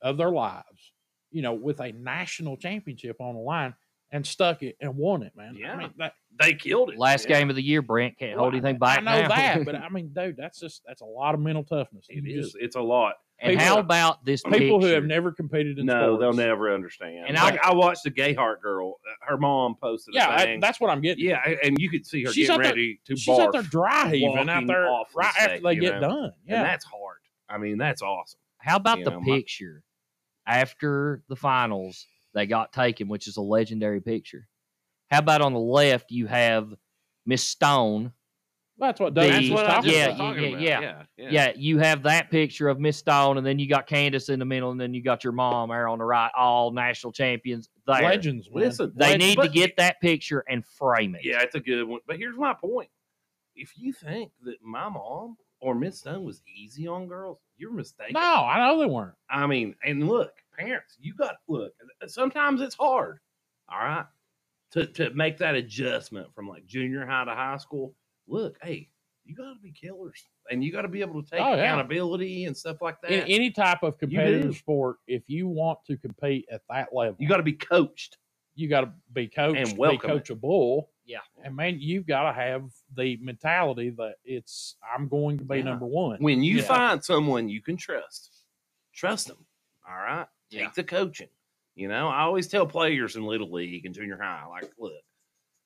B: of their lives, you know, with a national championship on the line and stuck it and won it, man.
C: Yeah.
B: I mean, that,
C: They killed it.
A: Last
C: yeah.
A: game of the year, Brent can't hold
B: Well,
A: anything back.
B: I know
A: now.
B: that, but I mean, dude, that's just that's a lot of mental toughness.
C: It
B: You
C: is.
B: just-
C: It's a lot.
A: (laughs) and
B: people-
A: how about this
B: people who have
A: picture?
B: never competed in
C: No,
B: sports.
C: they'll never understand.
A: And
C: And
A: I-
C: like, I, watched the Gayheart girl. uh, Her mom posted.
B: Yeah,
C: a
B: I-
C: thing.
B: that's what I'm getting.
C: yeah, a- and you could see her
B: She's
C: getting
B: out there-
C: ready to
B: She's
C: barf,
B: out there dry heaving out
C: walking
B: there
C: off the
B: right after
C: stage,
B: they
C: you
B: get
C: know?
B: done.
C: and
B: Yeah,
C: that's hard. I mean, that's awesome.
A: How about
C: You
A: the
C: know, my-
A: picture after the finals they got taken, which is a legendary picture? How about on the left you have Miss Stone?
B: that's what Doug
A: That's
B: was
A: what I
B: talking
A: just- yeah,
B: about.
A: yeah, yeah.
C: yeah, yeah.
A: Yeah. you have that picture of Miss Stone, and then you got Candace in the middle, and then you got your mom there on the right, all national champions there.
B: Legends, man.
C: Listen,
A: They
C: but-
A: need to (laughs)
C: but-
A: get that picture and frame it.
C: Yeah, it's a good one. But here's my point. if you think that my mom or Miss Stone was easy on girls, you're mistaken.
B: No, I know they weren't.
C: I mean, and look, parents, you got look. Sometimes it's hard, all right, to to make that adjustment from like junior high to high school. Look, hey, you got to be killers, and you got to be able to take
B: Oh, yeah.
C: accountability and stuff like that.
B: In any type of
C: do.
B: competitive sport, if you want to compete at that level,
C: you got to be coached.
B: you got to be coached,
C: And
B: be
C: welcome it.
B: coachable.
A: Yeah.
B: and man, you've got to have the mentality that it's I'm going to be
C: Yeah.
B: number one.
C: When you
A: Yeah.
C: find someone you can trust, trust them. All right. Take
A: Yeah.
C: the coaching. You know, I always tell players in Little League and Junior High, like, look,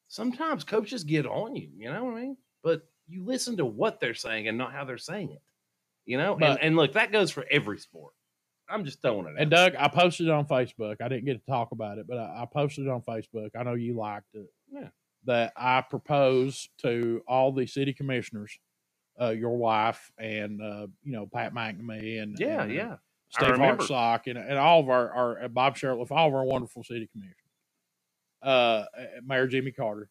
C: sometimes coaches get on you. You know what I mean? But you listen to what they're saying and not how they're saying it. You know, and,
B: But-
C: and look, that goes for every sport. I'm just throwing it
B: And
C: out.
B: Doug, I posted it on Facebook. I didn't get to talk about it, but I, I posted it on Facebook. I know you liked it.
C: Yeah.
B: That I propose to all the city commissioners, uh, your wife, and uh, you know Pat McNamee, and
C: yeah,
B: and, uh,
C: yeah. I
B: Steve
C: remember.
B: Hartsock, and, and all of our, our and Bob Sherlock, all of our wonderful city commissioners, uh, uh, Mayor Jimmy Carter,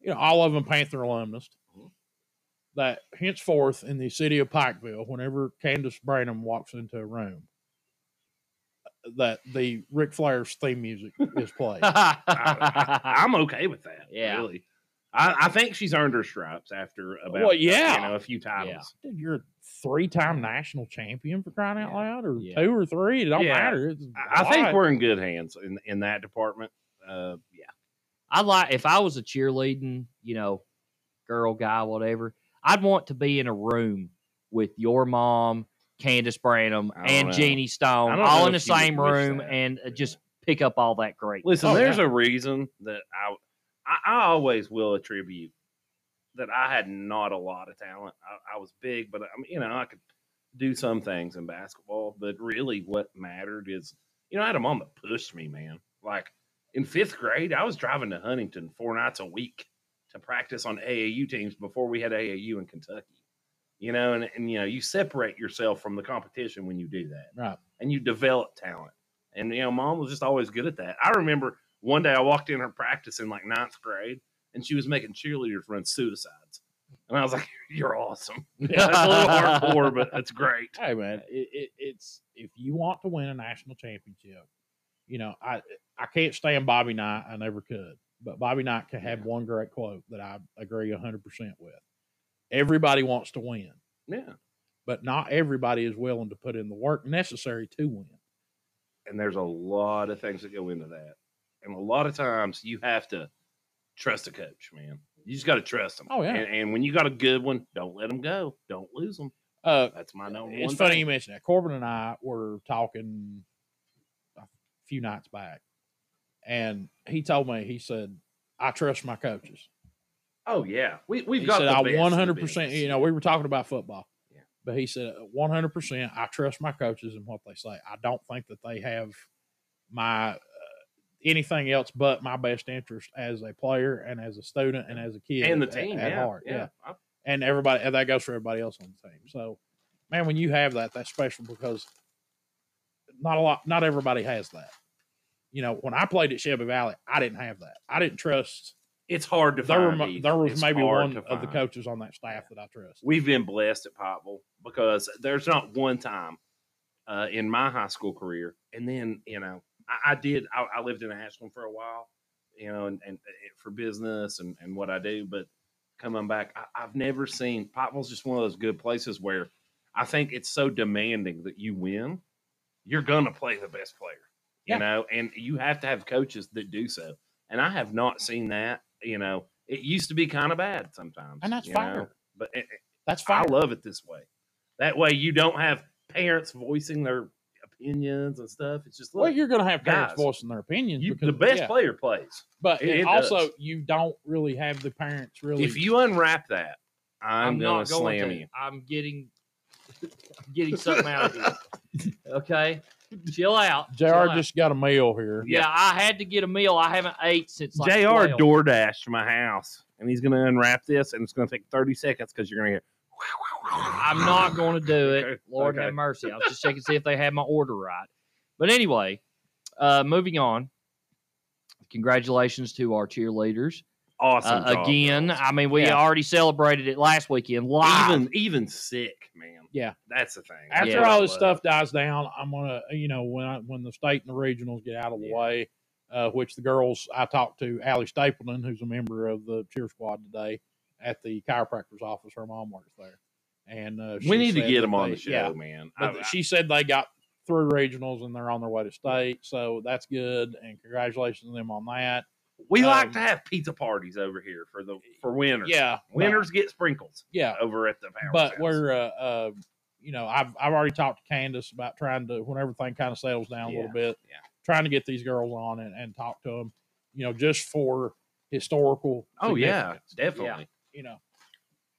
B: you know, all of them Panther alumnus.
C: Mhm.
B: That henceforth in the city of Pikeville, whenever Candace Branham walks into a room, uh, that the Ric Flair's theme music is
C: (laughs)
B: played.
C: I, am okay with that.
A: Yeah.
C: Really. I, I think she's earned her stripes after about
B: Well,
C: uh,
B: yeah.
C: you know, a few titles.
B: Dude, you're a three-time national champion for crying out
A: Yeah.
B: loud, or
A: Yeah.
B: two or three. It don't
C: Yeah.
B: matter. It's
C: I, I think
B: alright.
C: we're in good hands in in that department. Uh, yeah,
A: I like if I was a cheerleading, you know, girl, guy, whatever. I'd want to be in a room with your mom, Candace Branham,
C: I don't
A: and
C: know.
A: Jeannie
C: I
A: Stone,
C: don't
A: all
C: know
A: in the
C: if you would
A: same
C: wish
A: room,
C: that,
A: and uh,
C: really.
A: just pick up all that great.
C: Listen,
B: Oh,
C: there's
B: yeah.
C: a reason that I, I I always will attribute that I had not a lot of talent. I, I was big, but I'm you know I could do some things in basketball. But really, what mattered is you know I had a mom that pushed me, man. Like in fifth grade, I was driving to Huntington four nights a week to practice on AAU teams before we had AAU in Kentucky. You know, and, and you know you separate yourself from the competition when you do that
B: right.
C: and you develop talent. And you know, mom was just always good at that. I remember one day I walked in her practice in like ninth grade, and she was making cheerleaders run suicides, and I was like, (laughs) "You're awesome." Yeah, it's a little hardcore, but that's great.
B: Hey man,
C: Uh,
B: it, it, it's if you want to win a national championship, you know I I can't stand Bobby Knight. I never could, but Bobby Knight could have
C: Yeah.
B: one great quote that I agree hundred percent with. Everybody wants to win,
C: Yeah,
B: but not everybody is willing to put in the work necessary to win.
C: and there's a lot of things that go into that, and a lot of times you have to trust a coach, man. You just got to trust them.
B: Oh, yeah.
C: and, and when you got a good one, don't let them go. Don't lose them.
B: Uh,
C: That's my number one.
B: it's funny
C: thing.
B: you mentioned that. Corbin and I were talking a few nights back, and he told me he said, "I trust my coaches."
C: Oh yeah, we we've
B: he
C: got.
B: said,
C: the best
B: I
C: in the
B: 100%,
C: business."
B: you know, we were talking about football.
C: Yeah.
B: But he said, 100%, I trust my coaches and what they say. I don't think that they have my uh, anything else but my best interest as a player and as a student and as a kid
C: and the
B: at-
C: team
B: at
C: yeah,
B: heart.
C: yeah. I-
B: And everybody, and that goes for everybody else on the team. So, man, when you have that, that's special because not a lot, not everybody has that. You know, when I played at Shelby Valley, I didn't have that. I didn't trust.
C: it's hard to
B: There
C: find.
B: were mo-
C: Heath.
B: there was
C: It's
B: maybe one
C: hard to
B: of the
C: find.
B: coaches on that staff that I trust.
C: We've been blessed at Pikeville because there's not one time uh, in my high school career, and then you know I, I did. I, I lived in Ashland for a while, you know, and, and uh, for business and, and what I do. But coming back, I, I've never seen Pikeville's just one of those good places where I think it's so demanding that you win, you're gonna play the best player, you
B: Yeah.
C: know, and you have to have coaches that do so. And I have not seen that, you know. It used to be kind of bad sometimes,
B: And that's
C: you know,
B: fair.
C: But it,
B: That's
C: I
B: fine.
C: love it this way. That way, you don't have parents voicing their opinions and stuff. It's just
B: well,
C: look,
B: you're going to have parents
C: guys,
B: voicing their opinions.
C: you,
B: because,
C: the best
B: yeah,
C: player plays.
B: but
C: it-
B: it
C: it
B: also
C: does.
B: you don't really have the parents really.
C: If you unwrap that, I'm,
A: I'm
C: gonna
A: not going
C: slam
A: to.
C: you.
A: I'm getting, (laughs) I'm getting something out of you. Okay, chill out. chill
B: Jr.
A: out.
B: just got a meal here.
A: yeah. I had to get a meal. I haven't ate since like
C: Jr.
A: 12.
C: DoorDash to my house, and he's gonna unwrap this, and it's gonna take 30 seconds because you're gonna hear.
A: I'm not going to do it.
C: Okay,
A: Lord
C: okay.
A: have mercy. I was just checking to see if they had my order right. But anyway, uh, moving on. Congratulations to our cheerleaders.
C: (laughs) awesome.
A: Uh,
C: job,
A: again,
C: girls.
A: I mean, we
B: Yeah.
A: already celebrated it last weekend live.
C: even even sick, man.
B: Yeah.
C: that's the thing.
B: After
A: Yeah.
B: all this stuff dies down, I'm gonna, you know, when I, when the state and the regionals get out of the
C: Yeah.
B: way, uh, which the girls I talked to, Allie Stapleton, who's a member of the cheer squad today at the chiropractor's office. Her mom works there, and uh, she
C: we need to
B: said
C: get
B: that
C: them on
B: they-
C: the show,
B: yeah,
C: man.
B: but
C: I- I-
B: she said they got through regionals and they're on their way to state, so that's good. And congratulations to them on that.
C: we
B: um,
C: like to have pizza parties over here for the for winners.
B: Yeah, but-
C: winners get sprinkles
B: yeah,
C: over at the power.
B: but
C: House.
B: we're uh, uh you know i've i've already talked to candace about trying to when everything kind of settles down a little bit
C: yeah.
B: trying to get these girls on and, and talk to them you know just for historical
C: oh yeah,
B: significance,
C: definitely.
B: you know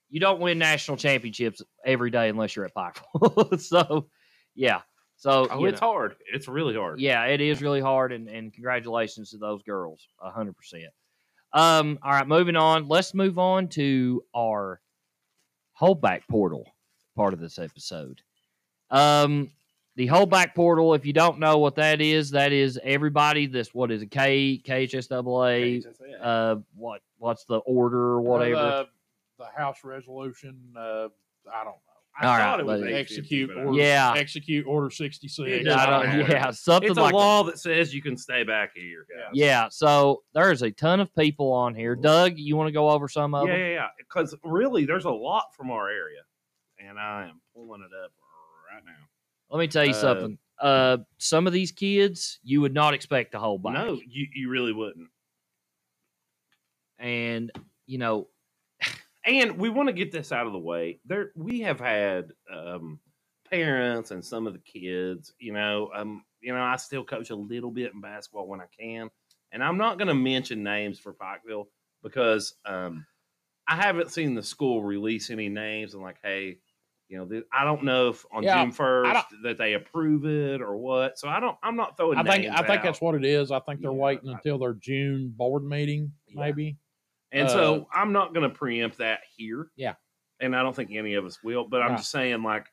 A: you don't win national championships every day unless you're at Pikeville. (laughs) so, yeah. So,
C: Oh,
A: you
C: it's
A: know,
C: hard. It's really hard.
A: yeah, it is really hard. And, and congratulations to those girls, 100%. Um, all right, moving on. Let's move on to our holdback portal part of this episode. Um, the holdback portal, if you don't know what that is, that is everybody that's what is it, K, KHSAA,
C: Jeez, that's it.
A: uh, what, what's the order or whatever?
C: Uh,
B: the, uh, the house resolution uh i don't know
C: I
A: all
C: thought
A: right,
C: it was
A: but-
C: 850,
B: execute
C: but I-
B: order
A: Yeah.
B: execute order 66
C: It doesn't
A: I don't-
C: matter.
A: yeah, something
C: It's a
A: like that.
C: law that says you can stay back here. guys.
A: Yeah, so there's a ton of people on here. Doug, you want to go over some of
C: yeah,
A: them?
C: yeah, yeah. Because really, there's a lot from our area, and I am pulling it up right now.
A: Let me tell you
C: Uh,
A: something. Uh, some of these kids you would not expect to hold back.
C: No, you, you really wouldn't.
A: And you know,
C: And we want to get this out of the way. There, we have had um, parents and some of the kids. You know, um, you know, I still coach a little bit in basketball when I can, and I'm not going to mention names for Pikeville because um, I haven't seen the school release any names and like, hey, you know, th- I don't know if on
B: Yeah,
C: June first that they approve it or what. So I don't. I'm not throwing.
B: I think
C: names
B: I think
C: out.
B: that's what it is. I think they're
C: Yeah,
B: waiting
C: I-
B: until their June board meeting,
C: Yeah.
B: maybe.
C: And
B: Uh,
C: so I'm not going to preempt that here.
B: Yeah.
C: And I don't think any of us will, but I'm
B: No.
C: just saying like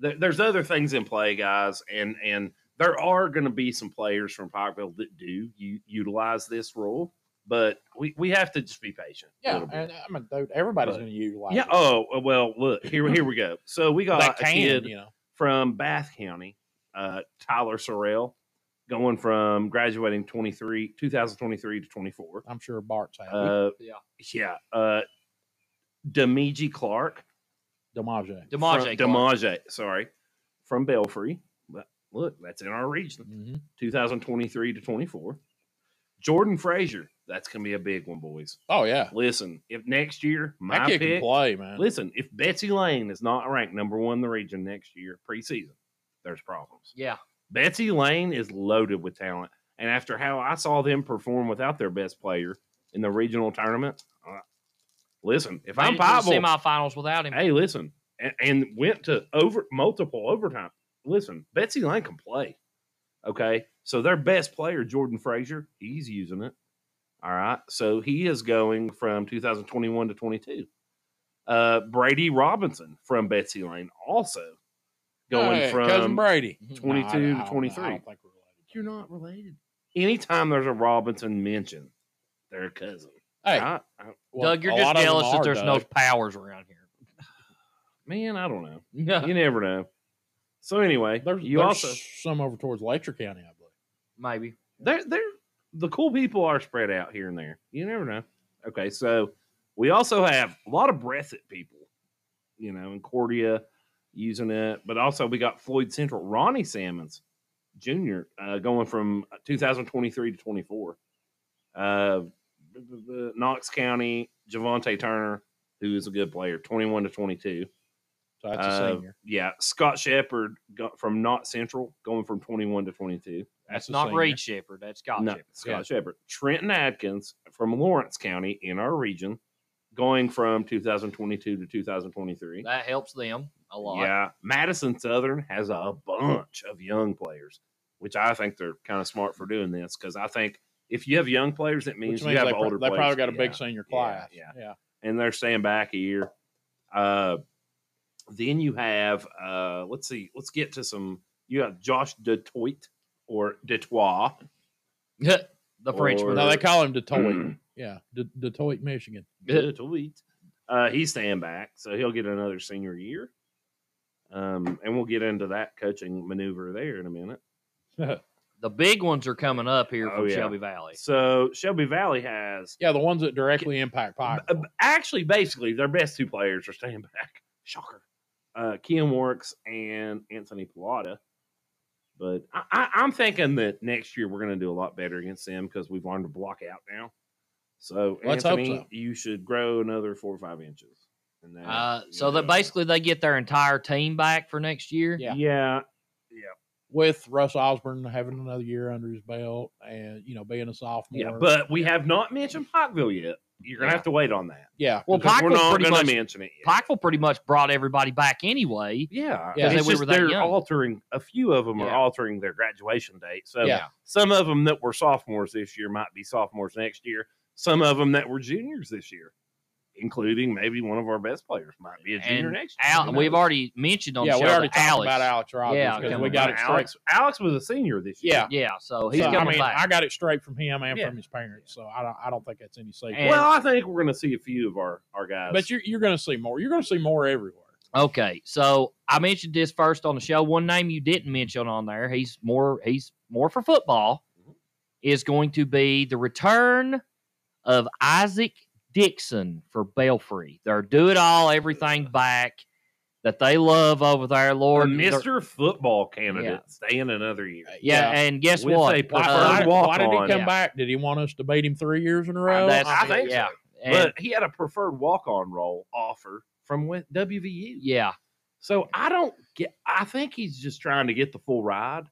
C: th- there's other things in play, guys, and and there are going to be some players from Pikeville that do u- utilize this rule, but we, we have to just be patient. a
B: Yeah,
C: little bit.
B: and I mean, dude, everybody's
C: But-
B: going to utilize.
C: yeah.
B: it.
C: Oh well, look here. Here we go. So we got
B: that
C: a kid
B: can, you know.
C: from Bath County, uh, Tyler Sorrell, going from graduating 23 2023 to 24.
B: I'm sure Bart's happy.
C: Uh,
A: Yeah.
C: yeah. Uh, Demigi Clark,
B: Damage.
A: Demaje,
C: from,
A: Clark.
C: Demaje, sorry, from Belfry. But look, that's in our region,
B: Mhm.
C: 2023 to 24. Jordan Frazier, that's gonna be a big one, boys.
B: Oh yeah,
C: Listen, if next year my
B: that kid can
C: pick,
B: play, man.
C: listen, if Betsy Lane is not ranked number one in the region next year preseason, there's problems.
A: yeah,
C: Betsy Lane is loaded with talent, and after how I saw them perform without their best player in the regional tournament, uh, listen, if
A: Made it
C: I'm
A: to the
C: Bible,
A: semifinals without him.
C: Hey, listen, and, and went to over multiple overtime. Listen, Betsy Lane can play. Okay, so their best player, Jordan Frazier, he's using it. All right, so he is going from 2021 to 22. Uh, Brady Robinson from Betsy Lane also going
B: Hey, cousin
C: from.
B: Brady,
C: 22
B: No,
C: to
B: I- I don't-
C: 23.
B: I don't think we're related.
C: You're not related. Anytime there's a Robinson mentioned, they're a cousin.
B: Hey,
C: I- I-
B: well,
A: Doug, you're
B: a
A: just
B: lot of them
A: jealous that
B: are,
A: there's no
B: Doug.
A: powers around
C: (laughs)
A: here.
C: man, I
B: (laughs)
C: don't know.
A: No,
C: You never know. So anyway,
B: There's,
C: you
B: there's
C: also
B: some over towards Letcher County, I believe.
A: maybe.
C: they're they're the cool people are spread out here and there. You never know. Okay, so we also have a lot of Breathitt people, you know, in Cordia using it, but also we got Floyd Central, Ronnie Salmons Jr. Uh, going from 2023 to 24. Uh, b- b- b- Knox County, Javante Turner, who is a good player, 21 to 22.
B: So that's
C: Uh,
B: a senior.
C: Yeah, Scott Shepard got from Knott Central, going from 21 to 22.
B: That's, a
A: not
B: senior.
A: Reed Shepherd. That's Scott
C: No,
A: Shepherd.
C: Scott Shepard. Trenton Adkins from Lawrence County in our region, going from 2022 to 2023.
A: That helps them a lot.
C: Yeah. Madison Southern has a bunch of young players, which I think they're kind of smart for doing this because I think if you have young players, it means,
B: Which means
C: you
B: they,
C: have
B: pro-
C: older
B: they
C: players.
B: probably got a
C: Yeah
B: big senior class.
C: yeah.
B: yeah.
C: and they're staying back a year. Uh, then you have uh, let's see, let's get to some. You have Josh Detroit or Detroit
A: (laughs) the Frenchman.
B: No, they
C: Or-
B: call him
C: (clears throat)
B: Detroit. yeah, D- Detroit, Michigan.
C: Good tweet. Uh, he's staying back, so he'll get another senior year. Um, and we'll get into that coaching maneuver there in a minute.
A: The big ones are coming up here
C: Oh,
A: from
C: yeah.
A: Shelby Valley.
C: So Shelby Valley has
B: Yeah, the ones that directly impact Pikeville.
C: b- b- actually basically their best two players are staying back. (laughs) Shocker. Uh, Keon Warks and Anthony Pilata. But I, I, I'm thinking that next year we're going to do a lot better against them because we've learned to block out now. So
B: Let's hope
C: Anthony,
B: so.
C: you should grow another four or five inches. And that,
A: Uh,
C: you
A: so that
C: know,
A: basically they get their entire team back for next year.
B: Yeah.
C: yeah,
B: with Russ Osborne having another year under his belt and you know being a sophomore.
C: Yeah, but we have not mentioned Pikeville yet. You're gonna
A: Yeah.
C: have to wait on that.
B: yeah,
A: Well,
C: because we're
A: Pikeville's
C: not
A: pretty
C: gonna
A: much-
C: mention it yet.
A: Pikeville pretty much brought everybody back anyway.
C: yeah,
B: Yeah.
C: It's
A: They
C: just
A: were that
C: they're
A: young.
C: altering. A few of them are
B: Yeah.
C: altering their graduation date. So
B: Yeah.
C: some of them that were sophomores this year might be sophomores next year. Some of them that were juniors this year, including maybe one of our best players might be a junior
A: And
C: next year.
A: Al,
C: Who
A: we've
C: knows?
A: already mentioned on
B: yeah,
A: the
B: we
A: show
B: already
A: that
B: talked
A: Alex.
B: about Alex Rogers
A: Yeah,
B: because
A: okay.
B: we got it straight.
C: Alex. Alex was a senior this year.
B: Yeah,
A: Yeah, so he's
B: So, I
A: coming
B: mean,
A: back.
B: I got it straight from him and
C: Yeah.
B: from his parents, so I don't, I don't think that's any secret.
A: And-
C: well, I think we're gonna see a few of our our guys.
B: but you're you're going to see more. You're going to see more everywhere.
A: Okay, so I mentioned this first on the show. One name you didn't mention on there, he's more he's more for football,
C: Mhm.
A: is going to be the return of Isaac Dixon for Belfry. They're do it all, everything back that they love over there,
C: or
A: Lord. They're-
C: Mr. Football candidate staying another year.
A: Yeah, and guess
C: With
A: what?
C: a
A: Uh,
B: Why, why-
C: preferred walk
B: why did he
C: on.
B: come
A: Yeah.
B: back? Did he want us to beat him three years in a row?
A: that's-
C: I
B: mean,
C: think so.
A: yeah, and-
C: but he had a preferred walk on role offer from Wi- WVU.
A: yeah,
C: So I don't get. I think he's just trying to get the full ride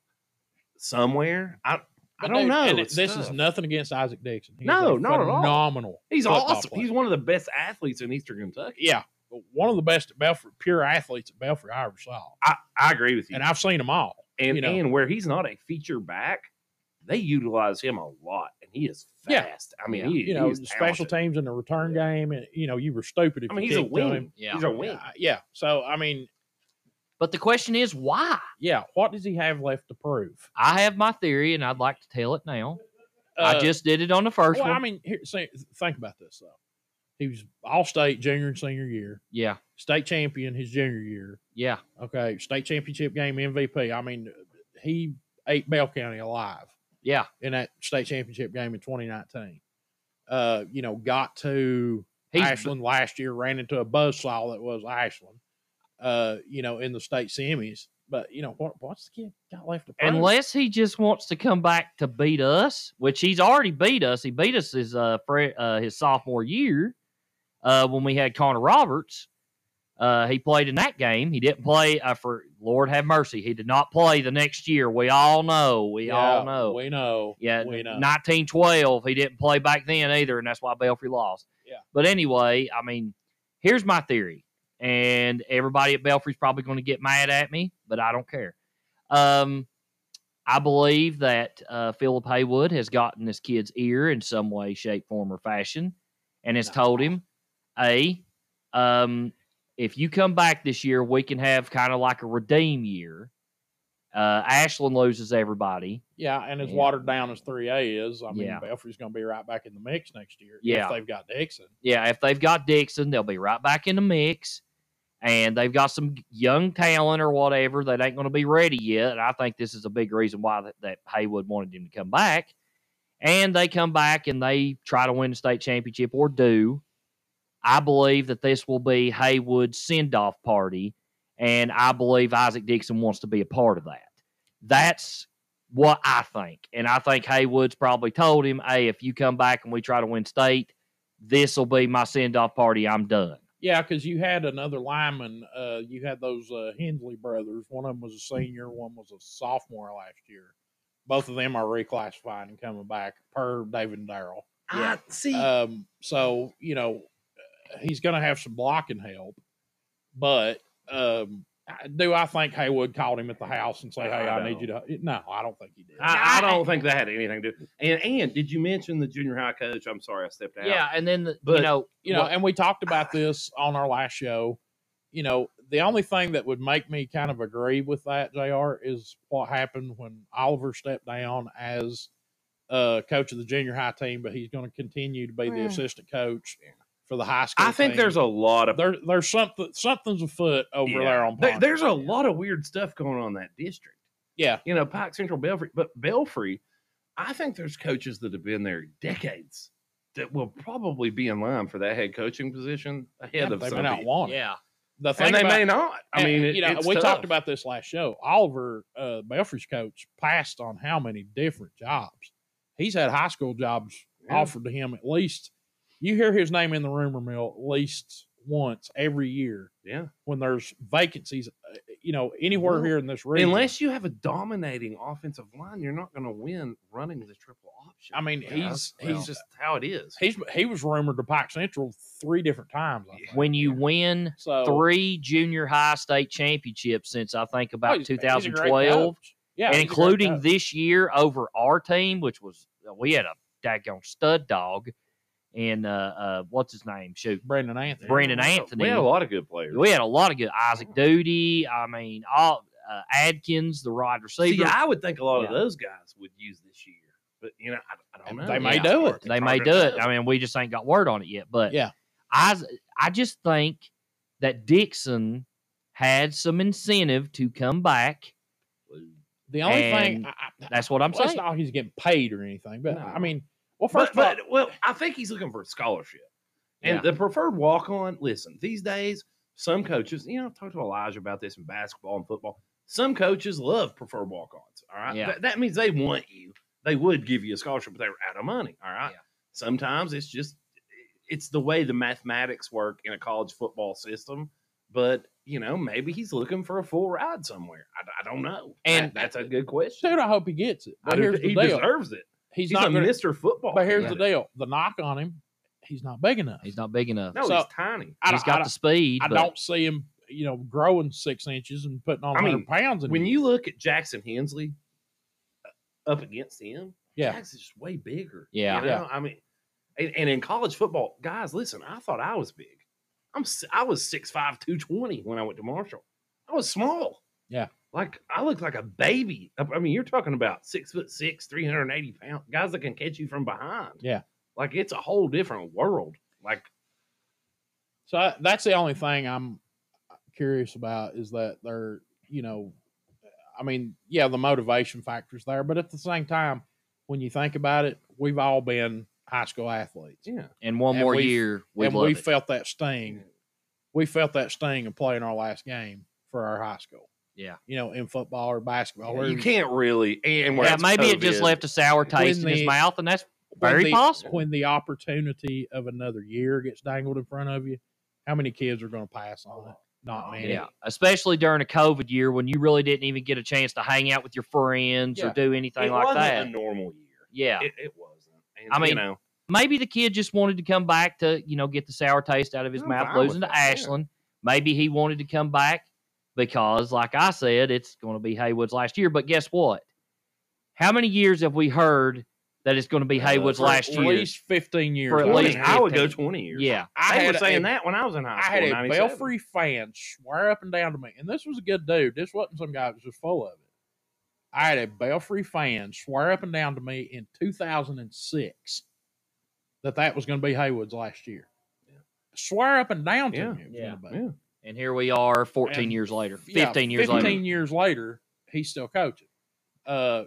C: somewhere. I I
B: but
C: don't
B: dude,
C: know.
B: and
C: It's
B: this
C: tough.
B: is nothing against Isaac Dixon. He is
C: No,
B: a
C: not at all.
B: Phenomenal.
C: He's
B: football
C: awesome.
B: player.
C: He's one of the best athletes in Eastern Kentucky.
B: yeah, one of the best at Belfry, pure athletes at Belfry I ever saw,
C: I, I agree with you.
B: and
C: And
B: I've seen them all.
C: and,
B: you know.
C: where he's not a feature back, they utilize him a lot, and he is
B: Yeah.
C: fast. I mean,
A: Yeah.
C: he,
B: you know,
C: he's
B: the special
C: talented.
B: teams in the return
C: Yeah.
B: game, and you know, you were stupid if
C: I mean,
B: you
C: he's a
B: kicked to
C: wing.
B: him.
A: yeah.
C: He's a wing.
B: Yeah, yeah. So I mean,
A: But the question is, why?
B: yeah. What does he have left to prove?
A: I have my theory, and I'd like to tell it now. I
B: Uh,
A: just did it on the first
B: well,
A: one.
B: I mean, here, say, think about this though. He was all-state junior and senior year,
A: yeah,
B: state champion his junior year.
A: yeah,
B: Okay, state championship game MVP. I mean, he ate Bell County alive.
A: yeah,
B: in that state championship game in 2019. Uh, you know, got to
A: He's-
B: Ashland last year, ran into a buzzsaw that was Ashland. Uh, you know, in the state semis, but you know what? What's the kid got left to prove?
A: Unless he just wants to come back to beat us, which he's already beat us. He beat us his uh, fre- uh his sophomore year uh, when we had Connor Roberts. Uh, he played in that game. He didn't play. Uh, for Lord have mercy, he did not play the next year. We all know. We all
B: Yeah,
A: know.
B: we know,
A: yeah,
B: we know.
A: 1912. He didn't play back then either, and that's why Belfry lost.
B: Yeah.
A: But anyway, I mean, here's my theory, and everybody at Belfry's probably going to get mad at me, but I don't care. Um, I believe that uh, Philip Haywood has gotten this kid's ear in some way, shape, form, or fashion, and has told him, a, um, if you come back this year, we can have kind of like a redeem year. Uh, Ashland loses everybody.
B: yeah, and as
A: Yeah.
B: watered down as 3A is, I mean,
A: Yeah.
B: Belfry's going to be right back in the mix next year.
A: Yeah.
B: if they've got Dixon.
A: yeah, if they've got Dixon, they'll be right back in the mix. And they've got some young talent or whatever that ain't going to be ready yet. And I think this is a big reason why that, that Haywood wanted him to come back. And they come back and they try to win the state championship or do. I believe that this will be Haywood's send off party. And I believe Isaac Dixon wants to be a part of that. That's what I think. And I think Haywood's probably told him, hey, if you come back and we try to win state, this will be my send off party. I'm done.
B: Yeah, because you had another lineman. Uh, you had those uh, Hensley brothers. One of them was a senior. One was a sophomore last year. Both of them are reclassifying and coming back per David and Darrell.
A: Yeah.
C: I see.
B: Um, so you know uh, he's going to have some blocking help, but um, I- do I think Haywood called him at the house and say, "Hey,
C: I
B: I,
C: don't.
B: need you to"? No, I don't think he did.
C: I, I
A: No, I-
C: don't think that had anything to do. And and did you mention the junior high coach? I'm sorry, I stepped out.
A: Yeah, and then the,
C: But,
A: you know,
B: you know,
A: what-
B: and we talked about this on our last show. You know, the only thing that would make me kind of agree with that, JR, is what happened when Oliver stepped down as uh, coach of the junior high team, but he's going to continue to be the
C: Yeah.
B: assistant coach for the high school.
C: I think
B: team.
C: there's a lot of
B: there, there's something something's afoot over
C: Yeah.
B: there on.
C: There- there's a
B: Ponca.
C: lot of weird stuff going on in that district.
B: Yeah.
C: You know, Pike Central Belfry, but Belfry, I think there's coaches that have been there decades that will probably be in line for that head coaching position ahead
B: Yeah,
C: of
B: they
C: some
B: may not
C: people.
B: want it.
A: Yeah.
B: The thing
C: and they
B: about-
C: may not. I
B: and,
C: mean,
B: you know, we
C: tough.
B: talked about this last show. Oliver uh, Belfry's coach passed on how many different jobs he's had. High school jobs
C: Yeah.
B: offered to him at least. You hear his name in the rumor mill at least once every year
C: yeah.
B: when there's vacancies. uh, You know, anywhere
C: Well,
B: here in this region.
C: Unless you have a dominating offensive line, you're not going to win running the triple option.
B: I mean,
C: Yeah,
B: he's
C: that's- he's
B: he's
C: just how it is.
B: he's he was rumored to Pike Central three different times. I think.
A: When you win
B: So
A: three junior high state championships since I think
B: oh,
A: about
B: he's- he's a great
A: 2012,
B: coach. yeah,
A: and
B: he's a great
A: including
B: coach.
A: this year over our team, which was we had a daggone stud dog, and uh, uh, what's his name? Shoot,
B: Brandon Anthony.
A: Brandon
C: We had a-
A: Anthony.
C: We had a lot of good players.
A: we had a lot of good Isaac Duty. I mean, all uh, Adkins, the wide receiver.
C: See, I would think a lot of
A: Yeah.
C: those guys would use this year, but you know, I, I don't know.
B: They
A: may
C: It's
B: do
C: hard-
B: it.
C: it's
A: they may
C: hard
A: do
C: to
A: it.
C: know.
A: I mean, we just ain't got word on it yet. But
B: Yeah.
A: I I just think that Dixon had some incentive to come back.
B: The only
A: And
B: thing I, I,
A: That's what I'm
B: Well, it's
A: saying.
B: not like he's getting paid or anything, but
C: No.
B: I mean, well, first
C: but, but
B: of all,
C: well, I think he's looking for a scholarship. And
A: Yeah.
C: the preferred walk on, listen, these days, some coaches, you know, I've talked to Elijah about this in basketball and football. Some coaches love preferred walk ons. All right.
A: Yeah.
C: That, that means they want you. They would give you a scholarship, but they were out of money. All right.
A: Yeah.
C: Sometimes it's just, it's the way the mathematics work in a college football system. But, you know, maybe he's looking for a full ride somewhere. I, I don't know. That-
A: And-
C: that's a good question.
B: dude, I hope he gets it.
C: I
B: But
C: do-
B: here's
C: he
B: the deal:
C: deserves it.
B: he's,
C: He's,
B: not
C: a
B: going.
C: Mr. Football.
B: But here's
C: Yeah.
B: the deal: the knock on him, he's not big enough.
A: He's not big enough.
C: No, he's
B: So-
C: tiny.
B: I,
A: he's
B: don't- I
A: got the
B: don't-
A: speed.
B: I
A: but
B: don't see him, you know, growing six inches and putting on
C: I
B: 100
C: mean,
B: pounds. in a
C: when
B: year.
C: you look at Jackson Hensley uh, up against him,
B: yeah,
C: Jackson's just way bigger.
A: Yeah.
C: you know? I mean, and, and in college football, guys, listen, I thought I was big. I'm s- I was 6'5", 220 when I went to Marshall. I was small.
B: Yeah.
C: like I looked like a baby. I I mean, you're talking about six foot six, three hundred and eighty pounds guys that can catch you from behind.
B: Yeah.
C: like it's a whole different world. Like
B: so I, that's the only thing I'm curious about is that they're, you know, I mean, yeah, the motivation factors there, but at the same time, when you think about it, we've all been high school athletes,
C: yeah,
A: And one
B: and
A: more
B: we've-
A: year, we
B: and
A: love
B: we
A: it.
B: felt that sting we felt that sting of playing our last game for our high school.
A: Yeah.
B: You know, in football or basketball. or
C: you can't really. And where
A: yeah,
C: it's
A: maybe it just
C: COVID,
A: left a sour taste in
B: When
A: his
B: the-
A: mouth, and that's
B: when
A: very
B: the-
A: possible.
B: When the opportunity of another year gets dangled in front of you, how many kids are going to pass on it?
C: Oh,
B: Not many.
A: Yeah, especially during a COVID year when you really didn't even get a chance to hang out with your friends or
B: Yeah.
A: do anything
C: It
A: like
C: wasn't
A: that.
C: a normal year.
A: yeah,
C: It, it wasn't. And,
A: I
C: you
A: mean,
C: know,
A: maybe the kid just wanted to come back to you know get the sour taste out of his
C: I'm
A: mouth
C: fine with
A: losing to
C: that, yeah.
A: Ashland. Maybe he wanted to come back because, like I said, it's going to be Haywood's last year. But guess what? How many years have we heard that it's going to be
C: Uh,
A: Haywood's
C: for
A: last
B: at
A: year?
B: least 15 years.
A: For at
C: I
B: I
C: mean,
A: least
B: had-
C: I would go
A: 15.
C: 20 years.
A: yeah,
B: I
C: they
B: had
C: were saying
B: a,
C: that when I was in high
B: I
C: school.
B: had
C: in
B: a
C: 97.
B: Belfry fan swear up and down to me, and this was a good dude. This wasn't some guy that was just full of it. I had a Belfry fan swear up and down to me in 2006 that that was going to be Haywood's last year.
C: Yeah.
B: Swear up and down to
C: Yeah.
B: me. it was
A: Yeah.
B: gonna be.
C: Yeah.
A: and here we are, fourteen
B: And
A: years later,
B: Yeah,
A: fifteen years later.
B: 15 years later, he's still coaching. Uh,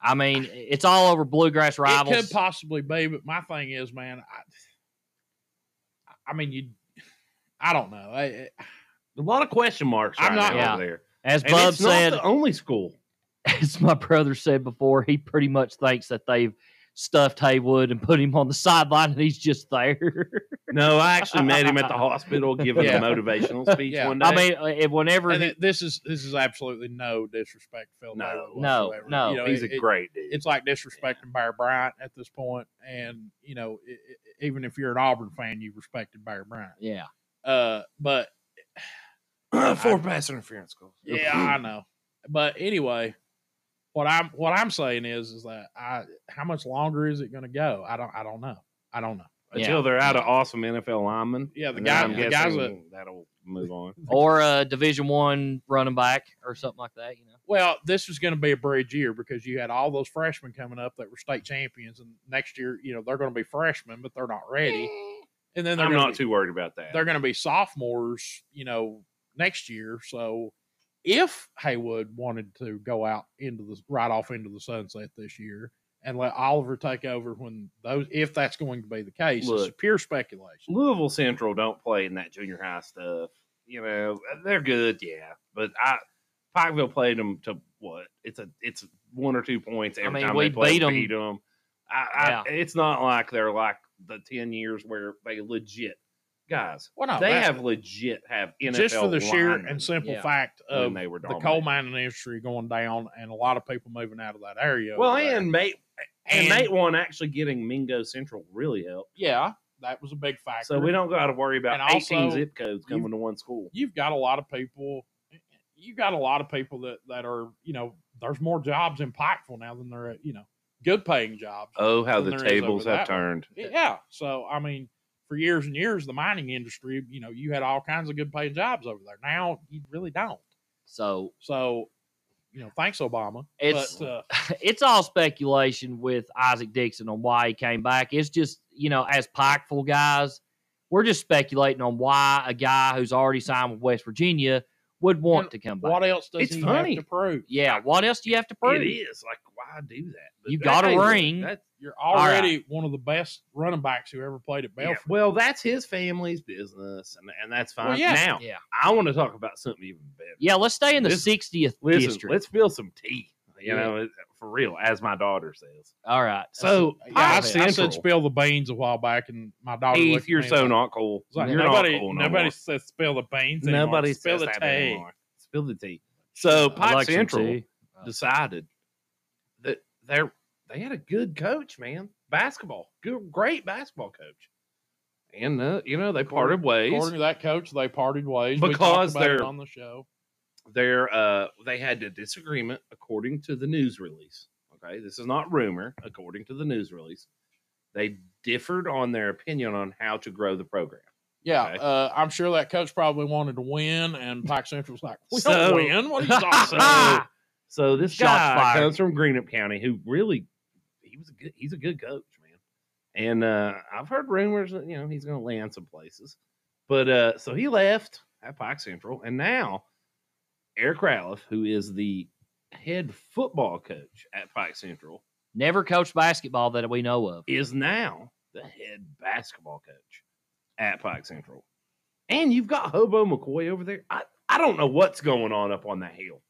A: I mean, it's all over bluegrass
B: It
A: rivals.
B: could possibly be, but my thing is, man, I, I mean, you, I don't know. I,
C: A lot of question marks right
B: I'm not-
C: now
A: Yeah.
C: over there.
A: As
C: And
A: Bub
C: it's not
A: said,
C: the only school.
A: (laughs) as my brother said before, he pretty much thinks that they've stuffed Haywood and put him on the sideline, and he's just there.
C: No, (laughs) I actually met him at the (laughs) hospital giving
B: Yeah.
C: a (laughs) motivational speech
B: Yeah.
C: one day.
A: I mean, uh, if whenever
B: and
A: he,
B: it- this is this is absolutely no disrespect, Phil.
C: No,
B: Taylor
A: no,
B: whatsoever.
A: no.
B: You know,
C: he's
B: it-
C: a
B: it-
C: great dude.
B: It's like disrespecting Barry Bryant at this point, and you know, i i even if you're an Auburn fan, you respected Barry Bryant.
A: yeah,
B: Uh, but
C: four pass interference goals.
B: yeah, I know. But anyway, what I'm what I'm saying is is that I how much longer is it going to go? I don't I don't know. I don't know.
C: Until they're out of awesome NFL linemen.
B: Yeah, the
C: And then
B: guy-
C: I'm
B: the guy's a-
C: guessing that'll move on.
A: or a Division One running back or something like that. You know,
B: Well, this was going to be a bridge year because you had all those freshmen coming up that were state champions, and next year, you know, they're going to be freshmen, but they're not ready. And then they're
C: Eh. I'm
B: gonna
C: not
B: be-
C: too worried about that.
B: They're going to be sophomores, you know, next year. So, if Haywood wanted to go out into the right off into the sunset this year and let Oliver take over when those, if that's going to be the case, it's
C: Look.
B: pure speculation.
C: Louisville Central don't play in that junior high stuff. You know, they're good, yeah. But I Pikeville played them to what? It's a it's one or two points every
A: mean,
C: time
A: we
C: they play,
A: beat 'em.
C: Beat them. I, I, It's not like they're like the ten years where they legit guys.
B: Well, no,
C: they
B: that-
C: have legit have NFL
B: just for the sheer
C: linemen
B: and simple
A: Yeah.
B: fact
C: when
B: of
C: they were
B: the coal
C: dominating.
B: mining industry going down and a lot of people moving out of that area.
C: Well,
B: over there.
C: and mate, and,
B: And-
C: mate one actually getting Mingo Central really helped.
B: yeah, that was a big factor.
C: So we don't got to worry about
B: And also,
C: eighteen zip codes
B: you've-
C: coming to one school.
B: You've got a lot of people. You've got a lot of people that that are you know. There's more jobs in Pikeville now than there are, you know good paying jobs.
C: Oh, how
B: than
C: the
B: there is over
C: tables have
B: that one.
C: turned.
B: Yeah. So I mean, for years and years, the mining industry, you know, you had all kinds of good paying jobs over there. Now you really don't.
A: so (laughs)
B: So you know, thanks Obama.
A: It's-
B: but, uh,
A: it's all speculation with Isaac Dixon on why he came back. It's just you know, as Pikeville guys, we're just speculating on why a guy who's already signed with West Virginia would want
B: And
A: to come back.
B: what else does
C: It's
B: he
C: funny.
B: have to prove?
A: yeah, what else do you have to prove?
C: It is like why do that?
A: You
C: that-
A: got a
C: hey, look,
A: ring.
C: that's-
B: You're
A: right.
B: already one of the best running backs who ever played at
C: yeah,
B: Belford.
C: well, that's his family's business, and, and that's fine.
B: Well, yeah.
C: Now,
A: Yeah,
C: I want to talk about something even better.
A: yeah. Let's stay in the
C: Listen-
A: sixtieth
C: Listen,
A: district.
C: let's spill some tea. You
A: Yeah.
C: know, it- for real, as my daughter says.
A: all right.
C: So,
B: Yeah, I,
A: Pipe
B: said- I said
C: Central,
B: spill the beans a while back, and my daughter. looked
C: Heath,
B: at
C: you're
B: me
C: so
B: like-
C: not cool.
B: it's like,
C: you're
B: nobody,
C: not cool no
B: nobody
C: more.
B: says spill the beans. Anymore.
C: Nobody
B: spill the
C: says that
B: tea.
C: anymore. Spill the tea. So,
A: I
C: Pike
A: like some
C: Central
A: tea.
C: decided that they're they had a good coach, man. Basketball, good, great basketball coach. And uh, you know they parted ways.
B: According to that coach, they parted ways We talked
C: Because
B: about it
C: they're-
B: on the show.
C: their uh they had a disagreement according to the news release okay this is not rumor according to the news release they differed on their opinion on how to grow the program
B: Yeah,
C: Okay.
B: uh, I'm sure that coach probably wanted to win, and Pike Central was like, "We
C: So-
B: don't win. What are (laughs) you talking
C: so,
B: about?"
C: (laughs) so this
A: Shots
C: guy
A: fired.
C: comes from greenup county who really he was a good he's a good coach man and uh i've heard rumors that you know he's gonna land some places but uh so he left at pike central and now eric ralph who is the head football coach at pike central
A: Never coached basketball that we know of.
C: is now the head basketball coach at Pike Central. And you've got Hobo McCoy over there. I, I don't know what's going on up on that hill.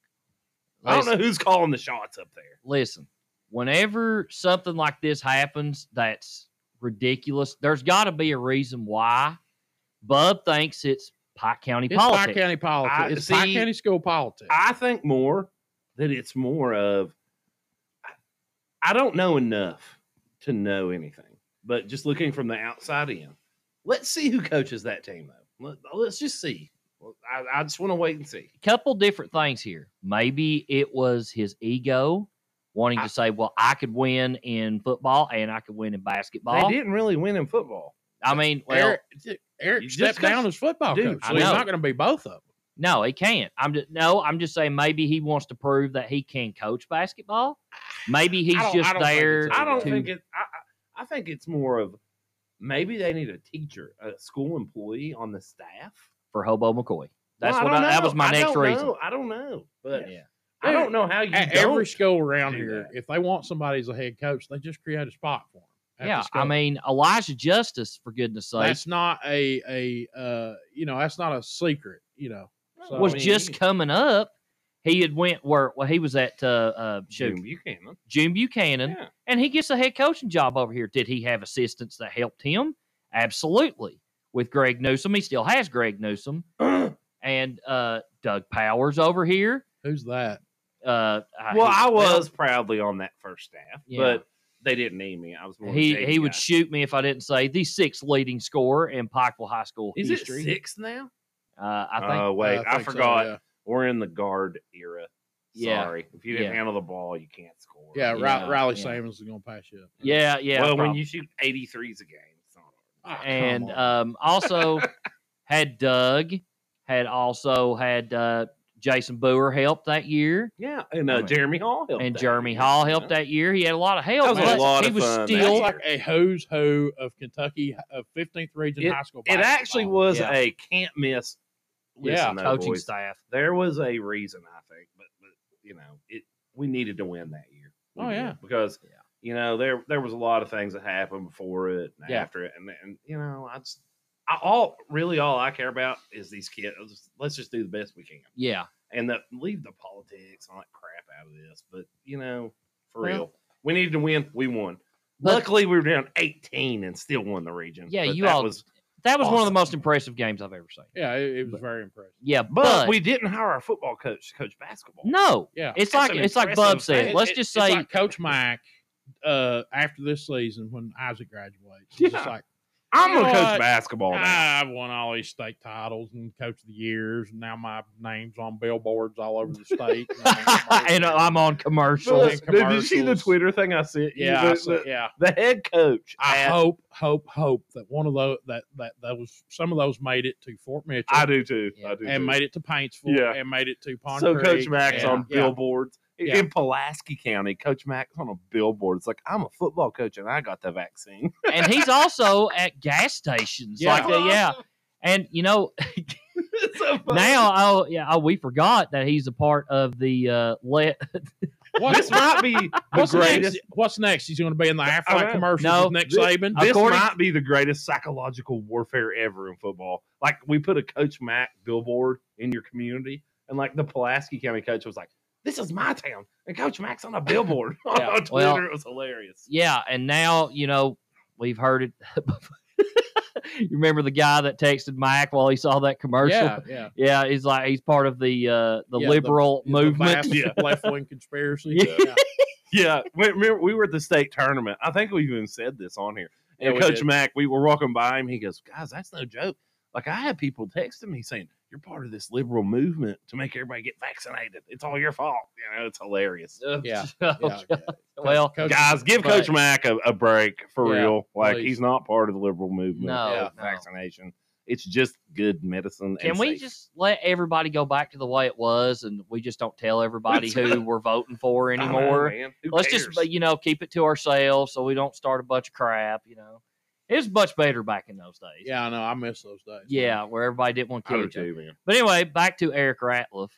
C: I don't
A: Listen-
C: know who's calling the shots up there.
A: listen, whenever something like this happens that's ridiculous, there's got to be a reason why. Bub thinks it's Pike County
B: It's
A: politics.
B: Pike County politics.
C: I-
B: it's Pike
C: see,
B: County school politics.
C: I think more that it's more of I, I don't know enough to know anything, but just looking from the outside in, let's see who coaches that team though. Let, us just see. Well, I, I just want to wait and see.
A: couple different things here. Maybe it was his ego wanting
C: I-
A: to say, "Well, I could win in football and I could win in basketball."
C: They didn't really win in football.
A: I mean, well,
B: Eric, Eric
C: You just
B: stepped down as football
C: Dude,
B: coach,
A: I
B: so he's
A: know.
B: not going to be both of them.
A: no, he can't. I'm just no. I'm just saying maybe he wants to prove that he can coach basketball. Maybe he's
B: don't- I
A: just
B: don't think
A: there.
B: it's
C: I don't
A: to-
C: think it. I, I I think it's more of maybe they need a teacher, a school employee on the staff.
A: for Hobo McCoy. That's
C: Well,
A: what
C: I
A: I,
C: don't
A: that
C: know.
A: was my
C: I
A: next
C: don't
A: reason.
C: know. I don't know, but
A: Yeah.
C: I don't know how you
B: At
C: don't.
B: every school around
C: do
B: here,
C: that.
B: if they want somebody as a head coach, they just create a spot for them.
A: Yeah, I mean Elijah Justice, for goodness' sake,
B: that's not a a uh, you know that's not a secret. You know, so,
A: was
B: I mean,
A: just coming up. He had went where well he was at uh, uh shoot,
C: Jim Buchanan.
A: June Buchanan,
C: (clears throat) Yeah.
A: and he gets a head coaching job over here. Did he have assistants that helped him? Absolutely. With Greg Newsom, he still has Greg Newsom and uh, Doug Powers over here.
B: who's that?
A: Uh, I-
C: well, I
A: he-
C: was proudly on that first staff,
A: Yeah.
C: but they didn't need me. I was more of a
A: He
C: safety
A: he would
C: guy.
A: shoot me if I didn't say the sixth leading scorer in Pikeville High School
C: Is
A: history.
C: it six now?
A: Uh, I think
C: Oh wait,
B: Uh,
C: I,
B: think so,
C: forgot.
B: yeah.
C: We're in the guard era.
A: Yeah.
C: Sorry, if you didn't
A: Yeah.
C: handle the ball, you can't score.
B: Yeah, Ri-
A: Yeah,
B: Riley
A: yeah.
B: Samuels is going to pass you up.
A: yeah yeah.
C: well, when
A: prob-
C: you shoot eighty (laughs)
A: uh,
C: threes a game, it's not.
B: Ah, come
C: (laughs)
A: and
B: on.
A: um, also had um, Doug, had also had uh, Jason Boer help that year,
C: Yeah, and uh,
A: I mean-
C: Jeremy Hall helped.
A: and
C: that
A: Jeremy
C: year,
A: Hall
C: you
A: helped
C: know?
A: that year. He had a lot of help.
C: That was a
A: but
C: lot
A: he
C: of
A: was
C: fun that
A: still
B: That's like a who's who of Kentucky of 15th Region High School.
C: It actually
B: basketball.
C: was
A: Yeah.
C: a can't miss.
B: Yeah.
C: Listen, though,
A: coaching
C: boys,
A: staff.
C: There was a reason, I think, but, but you know, it we needed to win that year. We
B: Oh,
C: did,
B: yeah.
C: because
A: Yeah.
C: you know there there was a lot of things that happened before it and
B: Yeah.
C: after it, and and you know I just I, all really all I care about is these kids. Let's just do the best we can,
A: Yeah,
C: and the, leave the politics and all that crap out of this. But you know, for
A: Well-
C: real, we needed to win. We won.
A: But-
C: Luckily, we were down 18 and still won the region.
A: Yeah,
C: but
A: you
C: that
A: all-
C: was
A: that was one of the
C: Awesome.
A: most impressive games I've ever seen.
B: Yeah, it, it was very impressive.
A: Yeah,
C: But,
A: but,
C: we didn't hire our football coach to coach basketball.
A: no.
B: Yeah.
A: It's
C: That's
A: like
C: an
A: it's like
C: impressive
A: Bub said.
C: thing.
A: Let's
C: It-
A: just
B: It's
A: say
B: like Coach Mike uh, after this season when Isaac graduates. It's just
C: Yeah.
B: like,
C: I'm
B: You
C: gonna
B: know
C: coach
B: what?
C: basketball now.
B: I've won all these state titles and coach of the years. And now my name's on billboards all over the state. and
A: (laughs)
B: I'm
A: (laughs) and uh,
B: on-
A: I'm on commercials.
B: But- Did you see the Twitter
C: thing I sent?
B: yeah, I said- yeah.
C: the head coach.
B: I hope, hope, hope that one of those that that those some of those made it to Fort Mitchell
C: do too.
A: Yeah. I
C: do.
B: and made it to Paintsville
C: Yeah.
B: and made it to Pond
C: so
B: Creek.
C: Coach Mack's
B: and-
C: on
B: yeah.
C: billboards In-
B: Yeah.
C: in Pulaski County. Coach Mack's on a billboard. It's like I'm a football coach and I got the vaccine.
A: (laughs) and he's also at gas stations.
B: Yeah.
A: Like that, yeah. And you know,
C: It's (laughs) so funny.
A: now oh yeah, oh, we forgot that he's a part of the uh let
B: What-
C: this might be the
B: What's
C: greatest.
B: next? What's next? He's going to be in the
C: know.
B: half-life commercials
A: No.
B: with Nick
C: This-
B: Saban.
C: This
A: According-
C: might be the greatest psychological warfare ever in football. Like we put a Coach Mac billboard in your community, and like the Pulaski County coach was like, "This is my town," and Coach Mac's on a billboard (laughs)
B: Yeah.
C: on Twitter.
A: Well-
C: it was hilarious.
A: yeah, and now, you know, we've heard it (laughs) You remember the guy that texted Mike while he saw that commercial?
B: yeah, yeah.
A: Yeah, he's like he's part of the uh the
B: Yeah, the-
A: liberal movement.
B: Vast
C: Yeah.
B: left-wing conspiracy.
A: (laughs) Yeah.
C: Yeah, we, remember we were at the state tournament. I think we even said this on here. And
B: Yeah, we
C: Coach
B: did.
C: Mac, we were walking by him. He goes, "Guys, that's no joke." Like I had people texting me saying, "You're part of this liberal movement to make everybody get vaccinated. It's all your fault." You know, it's hilarious.
B: Yeah,
A: (laughs) So,
B: yeah, yeah.
A: Well,
B: Coach-
C: Guys, give
B: but-
C: Coach Mack a, a break for
B: Yeah,
C: real. Like
B: please.
C: he's not part of the liberal movement.
A: No,
C: of
A: no.
C: vaccination. It's just good medicine.
A: Can
C: and
A: we
C: safe.
A: just let everybody go back to the way it was, and we just don't tell everybody who we're voting for
C: I don't know,
A: anymore?
C: man. Who
A: Let's
C: cares?
A: just you know keep it to ourselves so we don't start a bunch of crap. You know, it was much better back in those days.
B: Yeah, I know. I miss those days.
A: yeah, where everybody didn't want to
C: I
A: kill
C: do
A: each other.
C: too, man.
A: But anyway, back to Eric Ratliff.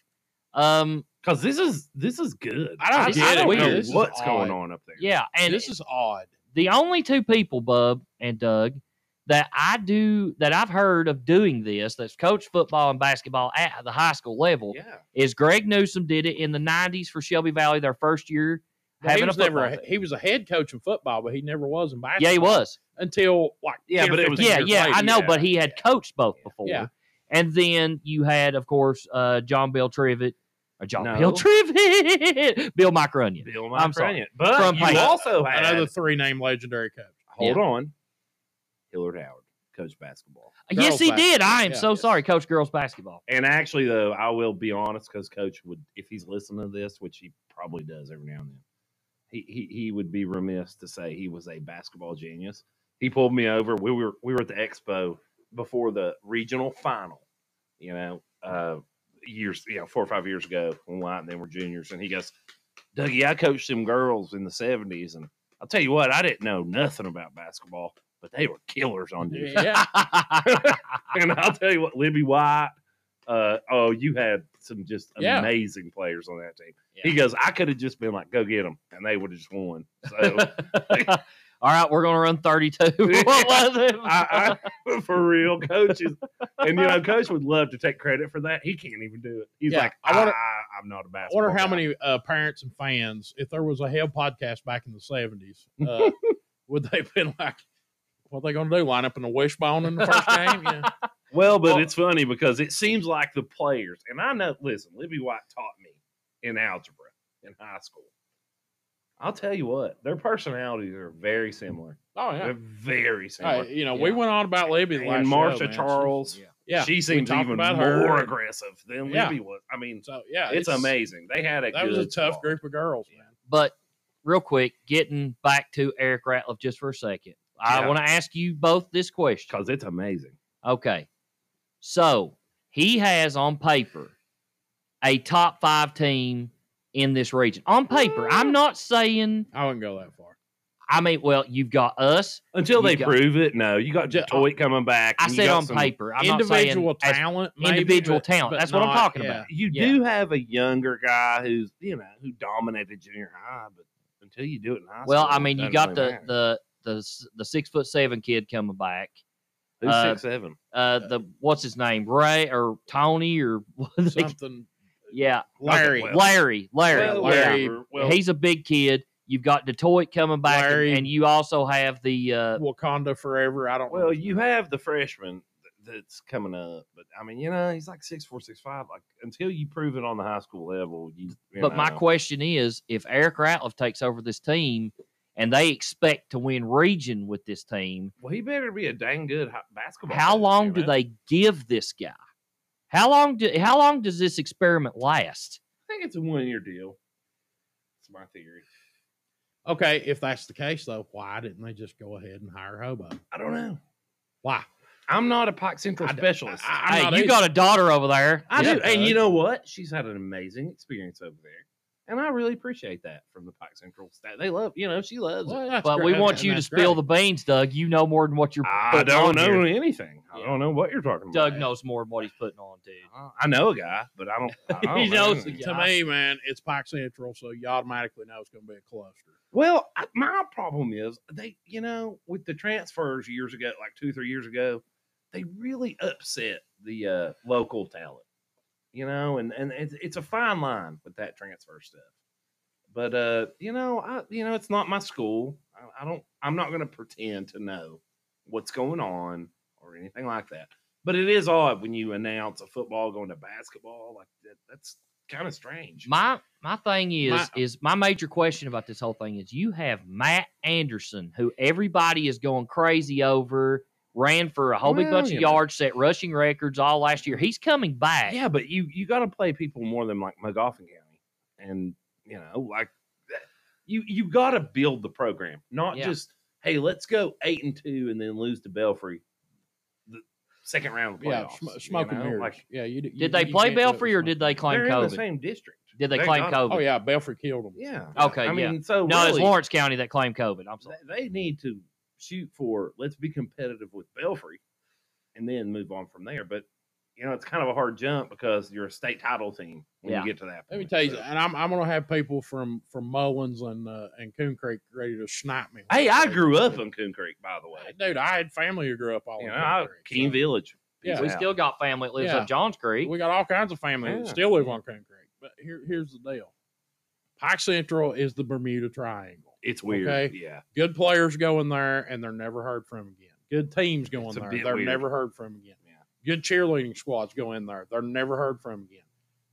A: Um,
C: Because this is this is good.
B: I don't
C: I,
A: get it,
C: don't
A: man.
C: know
B: This is
C: what's going
B: odd.
C: on up there.
A: yeah, and
B: this is odd.
A: the only two people, Bub and Doug, that I do that I've heard of doing this that's coached football and basketball at the high school level
C: yeah.
A: is Greg Newsom did it in the '90s for Shelby Valley, their first year
B: But
A: having
B: he was
A: a football.
B: never.
A: team.
B: A, he was a head coach in football, but he never was in basketball.
A: yeah, he was.
B: until like
C: Yeah,
B: 10 or
C: but it was
B: 15
A: Yeah,
B: years
A: yeah, I
B: later.
A: know,
C: yeah.
A: but he had coached both before.
B: Yeah.
A: And then you had, of course, uh, John Bill Trivett, or John
C: No.
A: Bill (laughs) Trivett, Bill Micronian.
C: Bill
A: I'm sorry.
C: Micronian. But
A: From
C: you
A: Pike.
C: also had
B: another three-name legendary coach.
C: hold on. Hillard Howard, coach basketball.
A: yes,
B: Girls
A: he did.
B: basketball,
A: I am
B: yeah.
A: so sorry, Coach Girls Basketball.
C: And actually, though, I will be honest, because Coach would, if he's listening to this, which he probably does every now and then, he, he he would be remiss to say he was a basketball genius. He pulled me over. We were we were at the expo before the regional final, you know, uh, years, you know, four or five years ago when White and then were juniors. And he goes, Dougie, I coached them girls in the seventies, and I'll tell you what, I didn't know nothing about basketball, but they were killers on defense
B: Yeah,
C: and I'll tell you what, Libby White. Uh, oh, you had some just
B: Yeah.
C: amazing players on that team.
A: Yeah.
C: He goes, I could have just been like, go get them, and they would have just won.
B: (laughs)
C: So
A: (laughs) All right, we're going to run (laughs) 32. what was it?
C: I, I, (laughs) for real, coaches, and you know, coach would love to take credit for that. He can't even do it. He's
B: Yeah,
C: like, I
B: I wonder-
C: I, am not a
B: I
C: basketball.
B: wonder how
C: guy."
B: many uh, parents and fans, if there was a hell podcast back in the (laughs) seventies, uh, would they have been like, "What they going to do? Line up in a wishbone in the first game?" Yeah.
C: Well, but
B: Well-
C: it's funny because it seems like the players, and I know, listen, Libby White taught me in algebra in high school. I'll tell you what, their personalities are very similar.
B: (laughs) Oh yeah.
C: They're very
B: All
C: similar.
B: right, you know, we
A: Yeah.
B: went on about Libby the
C: and
B: last show,
C: Marsha
B: man.
C: Charles,
B: Yeah,
C: she seems
B: talked
C: even more
B: about her.
C: aggressive than
B: Yeah.
C: Libby was. I mean,
B: so yeah,
C: it's, amazing. They had a
B: That was a
C: good
B: tough
C: squad.
B: group of girls, man.
A: (laughs) but real quick, getting back to Eric Ratliff just for a second, I
C: Yeah.
A: want to ask you both this question.
C: because it's amazing.
A: Okay. So He has on paper a top five team in this region. On paper, I'm not saying.
B: I wouldn't go that far.
A: I mean, well, you've got us.
C: Until
A: You
C: they
A: got-
C: prove it, no. You got
B: Yeah,
C: Detroit coming back.
A: I
C: and you
A: said
C: got
A: on
C: some-
A: paper. I'm not saying
B: individual
A: as
B: talent, maybe,
A: individual
B: but-
A: talent.
B: but
A: That's what I'm
B: not-
A: talking
B: yeah.
A: about.
C: You
A: Yeah.
C: do have a younger guy who's you know who dominated junior high, but until you do it in high
A: Well,
C: school,
A: I
C: it
A: mean, you
C: doesn't
A: got
C: really
A: the,
C: matter.
A: the the s- the six foot seven kid coming back.
C: who's
A: uh,
C: six seven.
A: Uh, the what's his name, Ray or Tony or (laughs) what they-
B: Something
A: yeah,
B: Larry.
C: well,
A: Larry, Larry,
C: Well,
A: yeah.
B: Larry.
C: whatever. Well,
A: He's a big kid. You've got Detroit coming back, and,
B: Larry.
A: and you also have the uh,
B: Wakanda forever. I don't know.
C: well, you have the freshman th- that's coming up, but I mean, you know, he's like six four, six five. Like until you prove it on the high school level, you. you
A: But my
C: know.
A: question is, if Eric Ratliff takes over this team and they expect to win region with this team,
C: well, he better be a dang good hi- basketball.
A: how
C: player,
A: long
C: you
A: do
C: know?
A: they give this guy? How long do how long does this experiment last?
C: I think it's a one year deal. It's my theory.
B: okay, if that's the case though, why didn't they just go ahead and hire Hobo?
C: I don't know.
B: Why?
C: I'm not a Pike Central
B: I d-
C: specialist.
B: I- I'm
A: Hey,
B: not
A: you
B: either.
A: got a daughter over there.
C: I
B: Yeah,
C: do. And
B: bud.
C: you know what? She's had an amazing experience over there. And I really appreciate that from the Pike Central staff. They love, you know, she loves it.
B: Well, that's
A: But we
B: great,
A: want
B: and
A: you to
B: that's
A: spill the
B: great.
A: beans, Doug. You know more than what you're.
C: I
A: putting
C: don't
A: on
C: know
A: here.
C: anything. I
A: Yeah.
C: don't know what you're talking about.
A: Doug knows more than what he's putting on, dude.
C: Uh, I know a guy, but I don't. I
A: (laughs)
C: don't
A: He
C: know
A: knows the
C: anything.
A: guy.
B: To me, man, it's Pike Central, so you automatically know it's going to be a cluster.
C: Well, I, my problem is they, you know, with the transfers years ago, like two, three years ago, they really upset the uh, local talent, you know, and and it's, it's a fine line with that transfer stuff. But uh, you know, I you know, it's not my school. I, I don't. I'm not going to pretend to know what's going on or anything like that. But it is odd when you announce a football going to basketball like that. That's kind of strange.
A: My my thing is
B: My-
A: is my major question about this whole thing is you have Matt Anderson, who everybody is going crazy over, ran for a whole big bunch
C: Well,
A: of
C: you know.
A: yards, set rushing records all last year. He's coming back.
C: Yeah, but you you got to play people more than like McGoffin County, and you know, like that- you you got to build the program, not
A: Yeah.
C: just hey, let's go eight and two and then lose to Belfry the second round of the
B: Yeah,
C: playoffs.
B: sm-
C: you
B: smoke and
C: know?
B: mirrors.
C: Like
B: yeah, you, d- you-
A: Did they
B: you
A: play
B: can't do it with
A: Belfry or
B: smoke
A: did they
B: and
A: claim
C: they're in the
A: COVID?
C: same district.
A: Did they
C: They're
A: claim
C: not-
A: COVID?
B: mirrors? Oh yeah, Belfry killed them.
C: Yeah.
A: Okay,
C: I
A: yeah.
C: mean, so
A: No, it's
C: really,
A: Lawrence County that claimed COVID. I'm sorry.
C: th- They need to shoot for let's be competitive with Belfry, and then move on from there. But you know, it's kind of a hard jump because you're a state title team when
A: Yeah.
C: you get to that. Point.
B: Let me tell you,
C: so-
B: and I'm I'm going to have people from from Mullins and uh, and Coon Creek ready to snipe me.
C: Hey, I grew up
B: in
C: in Coon Creek, by the way.
B: dude. I had family who grew up all
C: You
B: in
C: know,
B: Coon
C: I,
B: Creek, so
C: Keene Village.
B: Yeah.
A: We still got family that lives
B: Yeah.
A: up Johns Creek.
B: We got all kinds of family that
C: Yeah.
B: still live on Coon Creek. But here here's the deal: Pike Central is the Bermuda Triangle.
C: It's weird.
B: Okay.
C: Yeah.
B: Good players go in there and they're never heard from again. Good teams go
C: It's
B: in
C: a
B: there,
C: bit
B: they're
C: weird.
B: never heard from again.
C: Yeah.
B: Good cheerleading squads go in there, they're never heard from again.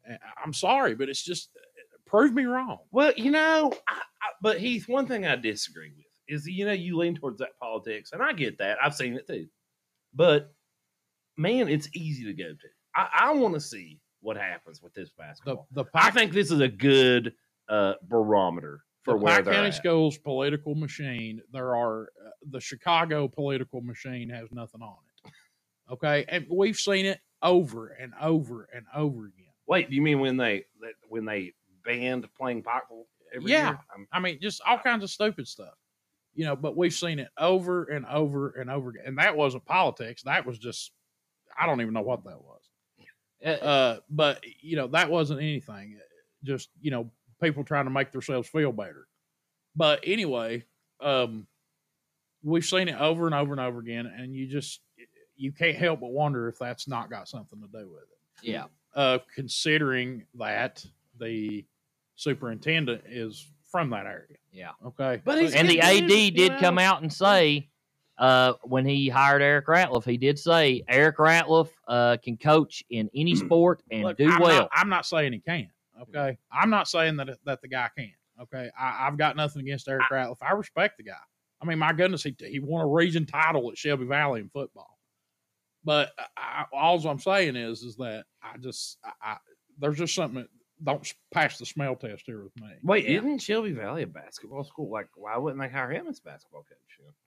B: And I- I'm sorry, but it's just prove me wrong.
C: Well, you know, I, I, but Heath, one thing I disagree with is you know you lean towards that politics, and I get that. I've seen it too. But man, it's easy to go to. I, I want to see what happens with this
B: The
C: basketball.
B: the
C: I
B: Pike,
C: think this is a good uh, barometer for
B: the
C: where
B: Pike
C: they're
B: County
C: at.
B: Schools political machine. There are uh, the Chicago political machine has nothing on it. Okay, and we've seen it over and over and over again.
C: Wait, do you mean when they that- when they banned playing pocketball every
B: Yeah.
C: year? I'm-
B: I mean, just all kinds of stupid stuff. You know, but we've seen it over and over and over again. And that wasn't politics. That was just I don't even know what that was.
A: Uh,
B: Uh, but you know, that wasn't anything. eh, Just, you know, people trying to make themselves feel better. But anyway, um we've seen it over and over and over again, and you just eh, you can't help but wonder if that's not got something to do with it
A: yeah.
B: uh, considering that the superintendent is from that area.
A: Yeah.
B: Okay.
C: But
B: So-
C: he's
A: And the
C: Yeah,
A: AD
C: dude, you
A: did come
C: know.
A: out and say, uh, when he hired Eric Ratliff, he did say Eric Ratliff uh, can coach in any sport and
B: look,
A: do
B: I'm
A: well.
B: Not, I'm not saying he can't. Okay. I'm not saying that that the guy can't. Okay. I, I've got nothing against Eric Ratliff. I respect the guy. I mean, my goodness, he he won a region title at Shelby Valley in football. But I, all I'm saying is, is that I just I, I, there's just something that don't s- pass the smell test here with me.
C: Wait,
A: Yeah.
C: isn't Shelby Valley a basketball school? Like, why wouldn't they hire him as basketball coach?
A: (laughs)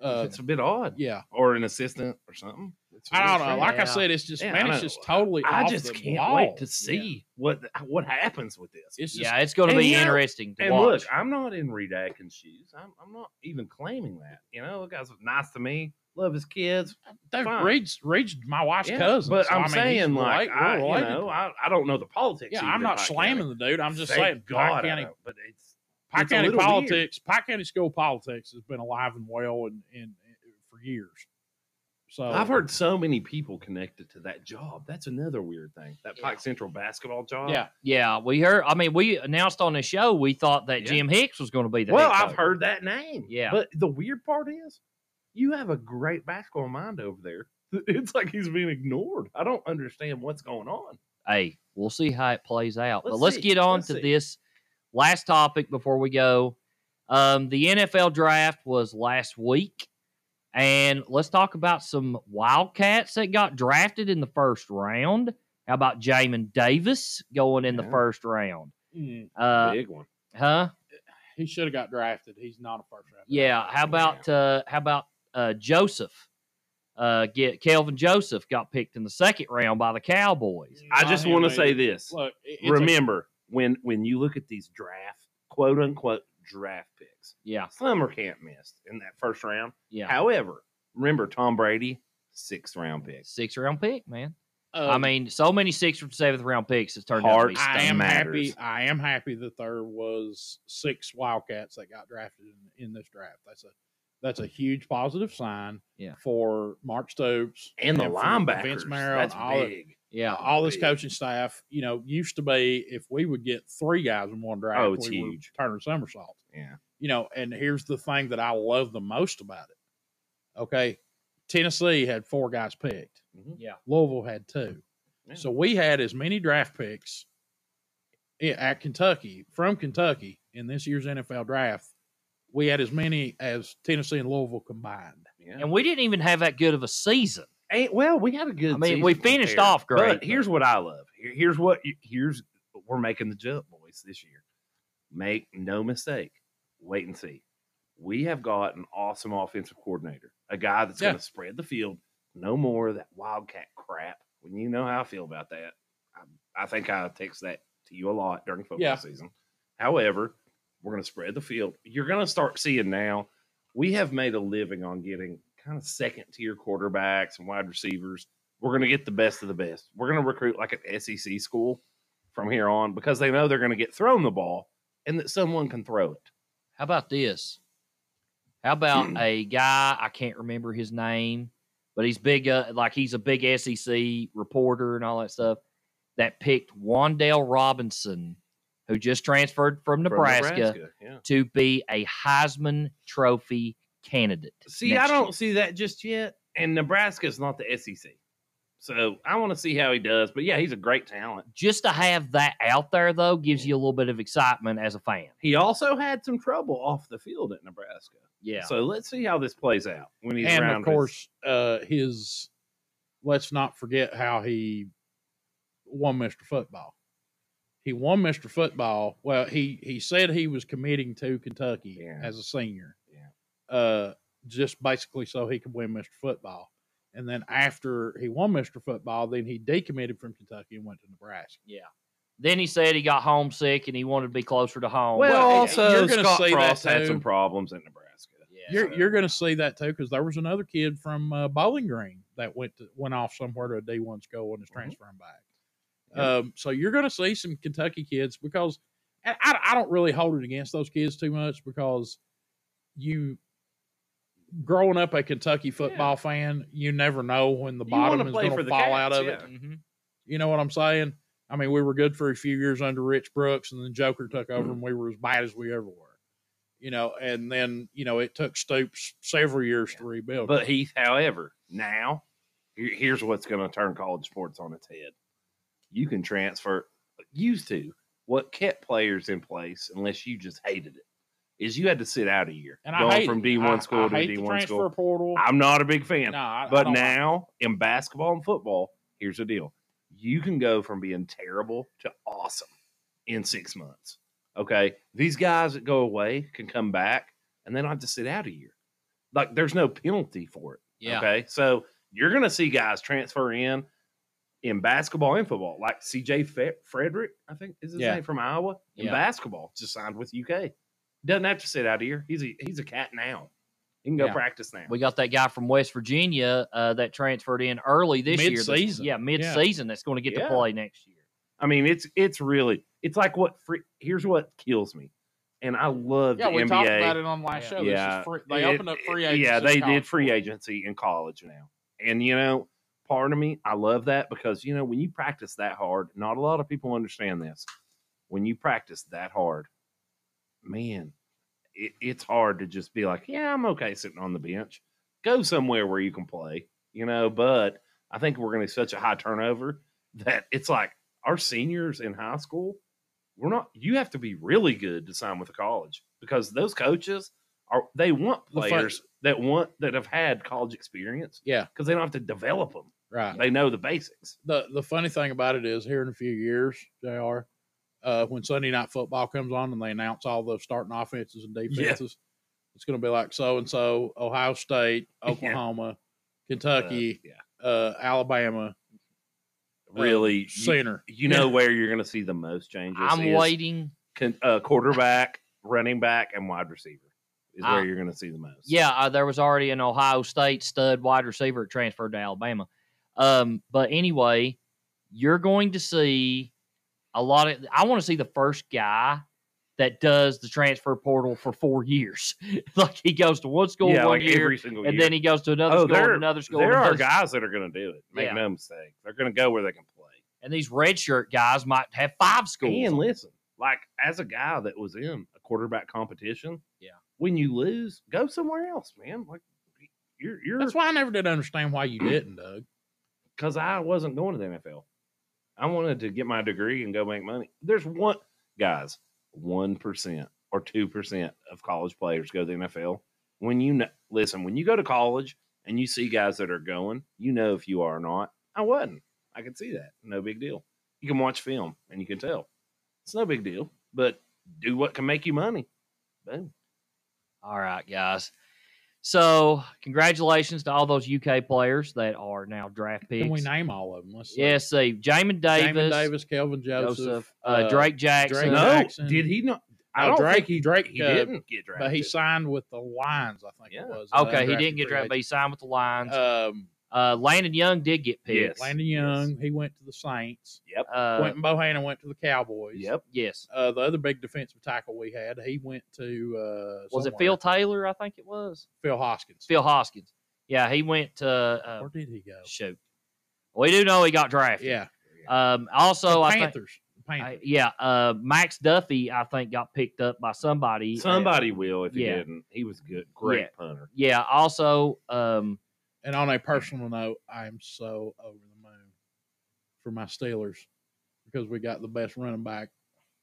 B: Uh,
C: it's a bit odd.
B: yeah,
C: Or an assistant or something. It's a
B: I
C: little
B: don't know.
C: strange.
B: Like
A: Yeah.
B: I said, it's just
C: Yeah, I
B: man, it's
C: know.
B: just totally.
C: I
B: off
C: just
B: the
C: can't
B: wall.
C: wait to
B: Yeah.
C: see what what happens with this.
B: It's just
A: yeah, it's going to
C: and
A: be
C: you know-
A: interesting to
C: and
A: watch.
C: look, I'm not in Reed Atkins' shoes. I'm, I'm not even claiming that. You know, the guy's nice to me, love his kids.
B: that
C: fine.
B: Reed's Reed's my wife's
C: Yeah,
B: cousin.
C: but
B: so,
C: I'm
B: I mean, he's
C: saying,
B: relate-
C: like,
B: we're
C: I, you
B: related.
C: know, I, I don't know the politics.
B: yeah,
C: either
B: I'm not
C: in Pike
B: slamming
C: County.
B: the dude. I'm just
C: Thank
B: saying,
C: God
B: Pike
C: I
B: County,
C: don't, but it's
B: Pike
C: It's a
B: County
C: little weird.
B: politics, Pike County school politics has been alive and well and and, and for years. So
C: I've heard so many people connected to that job. That's another weird thing. That Pike Central basketball job.
B: Yeah,
A: Yeah, we heard. I mean, we announced on the show we thought that
C: Yeah.
A: Jim Hicks was going to be the.
C: Well,
A: head
C: I've
A: coach.
C: heard that name.
A: Yeah.
C: But the weird part is, you have a great basketball mind over there. (laughs) It's like he's being ignored. I don't understand what's going on.
A: Hey, we'll see how it plays out. but
C: Let's
A: let's
C: see.
A: get on
C: Let's
A: to
C: see.
A: this last topic before we go. Um, the NFL draft was last week, and let's talk about some Wildcats that got drafted in the first round. How about Jamin Davis going in the
C: Yeah.
A: first round?
B: Mm,
A: Uh,
C: Big one.
A: huh?
B: he should have got drafted. He's not a first round.
A: Yeah. How about uh, how about uh, Joseph? Uh, get Kelvin Joseph got picked in the second round by the Cowboys.
C: I just want to say this.
B: Look, it- it's a-
C: Remember, when when you look at these draft, quote unquote, draft picks,
A: Yeah,
C: some are can't miss in that first round.
A: yeah.
C: However, remember Tom Brady, sixth round pick.
A: Six round pick, man.
B: uh,
A: I mean, so many sixth or seventh round picks has turned out to be
C: Hearts
B: I
A: stud-
B: am
C: matters.
B: happy. I am happy that there was six Wildcats that got drafted in, in this draft. That's a that's a huge positive sign
A: Yeah.
B: for Mark Stoops
C: And the
B: for
C: linebackers.
B: Vince Merrill,
C: that's
B: and all that-
C: big.
A: Yeah,
B: all this
C: big.
B: coaching staff. You know, used to be if we would get three guys in one draft,
C: Oh, it's
B: we were
C: huge.
B: turning somersaults.
C: Yeah.
B: You know, and here's the thing that I love the most about it. Okay, Tennessee had four guys picked.
C: Mhm.
A: yeah,
B: Louisville had two.
C: Yeah.
B: So we had as many draft picks i- at Kentucky from Kentucky in this year's NFL draft. We had as many as Tennessee and Louisville combined.
C: yeah.
A: and we didn't even have that good of a season.
C: Ain't, well, we had a good.
A: I mean,
C: season
A: we finished
C: compared,
A: off great,
C: But here's
A: but-
C: what I love. Here- Here's what. Here's we're making the jump, boys, this year. Make no mistake. Wait and see. We have got an awesome offensive coordinator, a guy that's
B: Yeah.
C: going to spread the field. No more of that wildcat crap. When you know how I feel about that, I, I think I text that to you a lot during football
B: Yeah.
C: season. However, we're going to spread the field. You're going to start seeing now. We have made a living on getting kind of second tier quarterbacks and wide receivers. We're going to get the best of the best. We're going to recruit like an SEC school from here on because they know they're going to get thrown the ball and that someone can throw it.
A: How about this? How about a guy I can't remember his name, but he's big, uh, like he's a big SEC reporter and all that stuff. That picked Wandale Robinson, who just transferred from
C: from
A: Nebraska,
C: Yeah.
A: to be a Heisman Trophy candidate.
C: See, I
A: next
C: don't
A: year.
C: see that just yet. And Nebraska's not the SEC. So I want to see how he does. But yeah, he's a great talent.
A: Just to have that out there though gives you a little bit of excitement as a fan.
C: He also had some trouble off the field at Nebraska.
A: Yeah,
C: So let's see how this plays out when he's
B: and
C: around.
B: of
C: his-
B: course, uh, his let's not forget how he won Mr. Football. He won Mr. Football. Well, he he said he was committing to Kentucky
C: Yeah.
B: as a senior.
C: Yeah.
B: Uh, just basically so he could win Mr. Football. And then after he won Mr. Football, then he decommitted from Kentucky and went to Nebraska.
A: Then he said he got homesick and he wanted to be closer to home.
C: well,
B: Well,
C: also
B: you're gonna
C: Scott
B: say that
C: Frost had
B: too.
C: some problems at Nebraska.
A: yeah.
B: You're you're going to see that too because there was another kid from uh, Bowling Green that went to, went off somewhere to a D one school and is
C: Mhm.
B: transferring back.
C: Yeah.
B: Um, so you're going to see some Kentucky kids because and I, I don't really hold it against those kids too much because you growing up a Kentucky football fan, you never know when the
C: You wanna
B: bottom is
C: play
B: going
C: for
B: to
C: the
B: fall out
C: Cats,
B: of it.
C: yeah.
A: Mhm.
B: You know what I'm saying? I mean, we were good for a few years under Rich Brooks, and then Joker took over,
C: Mm-hmm.
B: and we were as bad as we ever were. You know, and then you know it took Stoops several years to rebuild.
C: But Heath, however, now here- here's what's going to turn college sports on its head. You can transfer. Used to what kept players in place, unless you just hated it, is you had to sit out a year
B: and I
C: going
B: hate
C: from
B: it.
C: D
B: I-
C: one school
B: I
C: to
B: hate
C: D
B: the
C: one
B: transfer
C: school.
B: portal.
C: I'm not a big fan.
B: No, I- I
C: But
B: don't like-
C: now in basketball and football, here's the deal: you can go from being terrible to awesome in six months. Okay, these guys that go away can come back, and they don't have to sit out a year. Like there's no penalty for it.
A: Yeah.
C: Okay. So you're going to see guys transfer in in basketball and football, like CJ Fe- Frederick, I think is his
B: Yeah.
C: name from Iowa in
A: Yeah.
C: basketball, just signed with UK. Doesn't have to sit out here. He's a he's a cat now. He can go
B: Yeah.
C: practice now.
A: We got that guy from West Virginia uh, that transferred in early this year. that's-
B: Mid-season.
A: Yeah, mid season. That's going to get
C: Yeah.
A: to play next year.
C: I mean, it's it's really it's like what free, here's what kills me, and I love
D: Yeah,
C: the
D: we
C: NBA.
D: talked about it on last
A: Yeah.
D: show. This is
C: Yeah,
D: free- they
C: It-
D: opened up free
C: it-
D: agency.
C: Yeah, they
D: in
C: did
D: college
C: free
D: football.
C: agency in college now. And you know, part of me, I love that because you know, when you practice that hard, not a lot of people understand this. When you practice that hard, man, it, it's hard to just be like, Yeah, I'm okay sitting on the bench. Go somewhere where you can play, you know, but I think we're gonna be such a high turnover (laughs) that it's like our seniors in high school, we're not you have to be really good to sign with a college because those coaches are they want
B: The fun-
C: players that want that have had college experience
B: Yeah.
C: because they don't have to develop them.
B: Right.
C: They know the basics.
B: the the funny thing about it is here in a few years, Jr. Uh, when Sunday night football comes on and they announce all the starting offenses and defenses, it's going to be like so and so, Ohio State,
C: (laughs) Yeah.
B: Oklahoma,
C: Uh,
B: Kentucky,
C: yeah,
B: uh, Alabama, Uh,
C: really. you,
B: Sooner.
C: you know where you're going to see the most changes.
A: I'm
C: is
A: waiting.
C: con- uh, quarterback, running back, and wide receiver is
A: Ah.
C: where you're going to see the most.
A: Yeah, uh, there was already an Ohio State stud wide receiver that transferred to Alabama. Um, but anyway, you're going to see a lot of. I want to see the first guy that does the transfer portal for four years. (laughs) like he goes to one school
C: Oh, yeah,
A: one
C: like
A: year,
C: every single
A: and
C: year.
A: then he goes to another
C: Oh,
A: school,
C: there-
A: and another school. and
C: there are
A: another
C: guys that are going to do it. Make
A: Yeah.
C: no mistake, they're going to go where they can play.
A: And these redshirt guys might have five schools.
C: And listen, like as a guy that was in a quarterback competition,
A: Yeah.
C: when you lose, go somewhere else, man. Like you're you're
B: That's why I never did understand why you didn't, Doug.
C: because I wasn't going to the NFL. I wanted to get my degree and go make money. There's one guys, one percent or two percent of college players go to the NFL. When you know, listen, when you go to college and you see guys that are going, you know if you are or not. I wasn't. I could see that. No big deal. You can watch film and you can tell. It's no big deal. But do what can make you money. Boom.
A: All right, guys. So, congratulations to all those UK players that are now draft picks.
B: Can we name all of them? Let's see.
A: Yes, see, Jamin Davis,
B: Damon Davis, Kelvin Joseph,
A: Joseph, uh,
B: uh,
A: Drake Jackson.
B: Drake-
C: No,
B: Jackson.
C: did he not? I
B: No,
C: don't
B: Oh, Drake-
C: think he
B: Drake,
C: He
B: uh,
C: didn't get drafted.
B: but he signed with the Lions, I think
C: Yeah.
B: it was. as
A: Oh, okay, he
B: undrafted
A: didn't get
B: free
A: drafted, but he signed with the
B: agent.
A: Lions. Uh,
B: Um,
A: Landon Young did get picked.
C: Yes.
B: Landon Young, he went to the Saints.
A: Uh,
B: Quentin Bohannon went to the Cowboys.
C: Yep.
A: yes.
B: Uh, the other big defensive tackle we had, he went to uh,
A: Was it
B: somewhere.
A: Phil Taylor? I think it was
B: Phil Hoskins?
A: Phil Hoskins. Yeah, he went to uh,
B: Where did he go?
A: shoot. We do know he got drafted.
B: Yeah,
A: Um, also,
B: the
A: I think
B: Panthers. The Panthers.
A: I, yeah, uh, Max Duffy, I think, got picked up by somebody. uh,
C: Somebody will if he
A: yeah.
C: didn't. He was a good, great
A: Yeah.
C: punter.
A: yeah. Also, um,
B: and on a personal note, I'm so over the moon for my Steelers because we got the best running back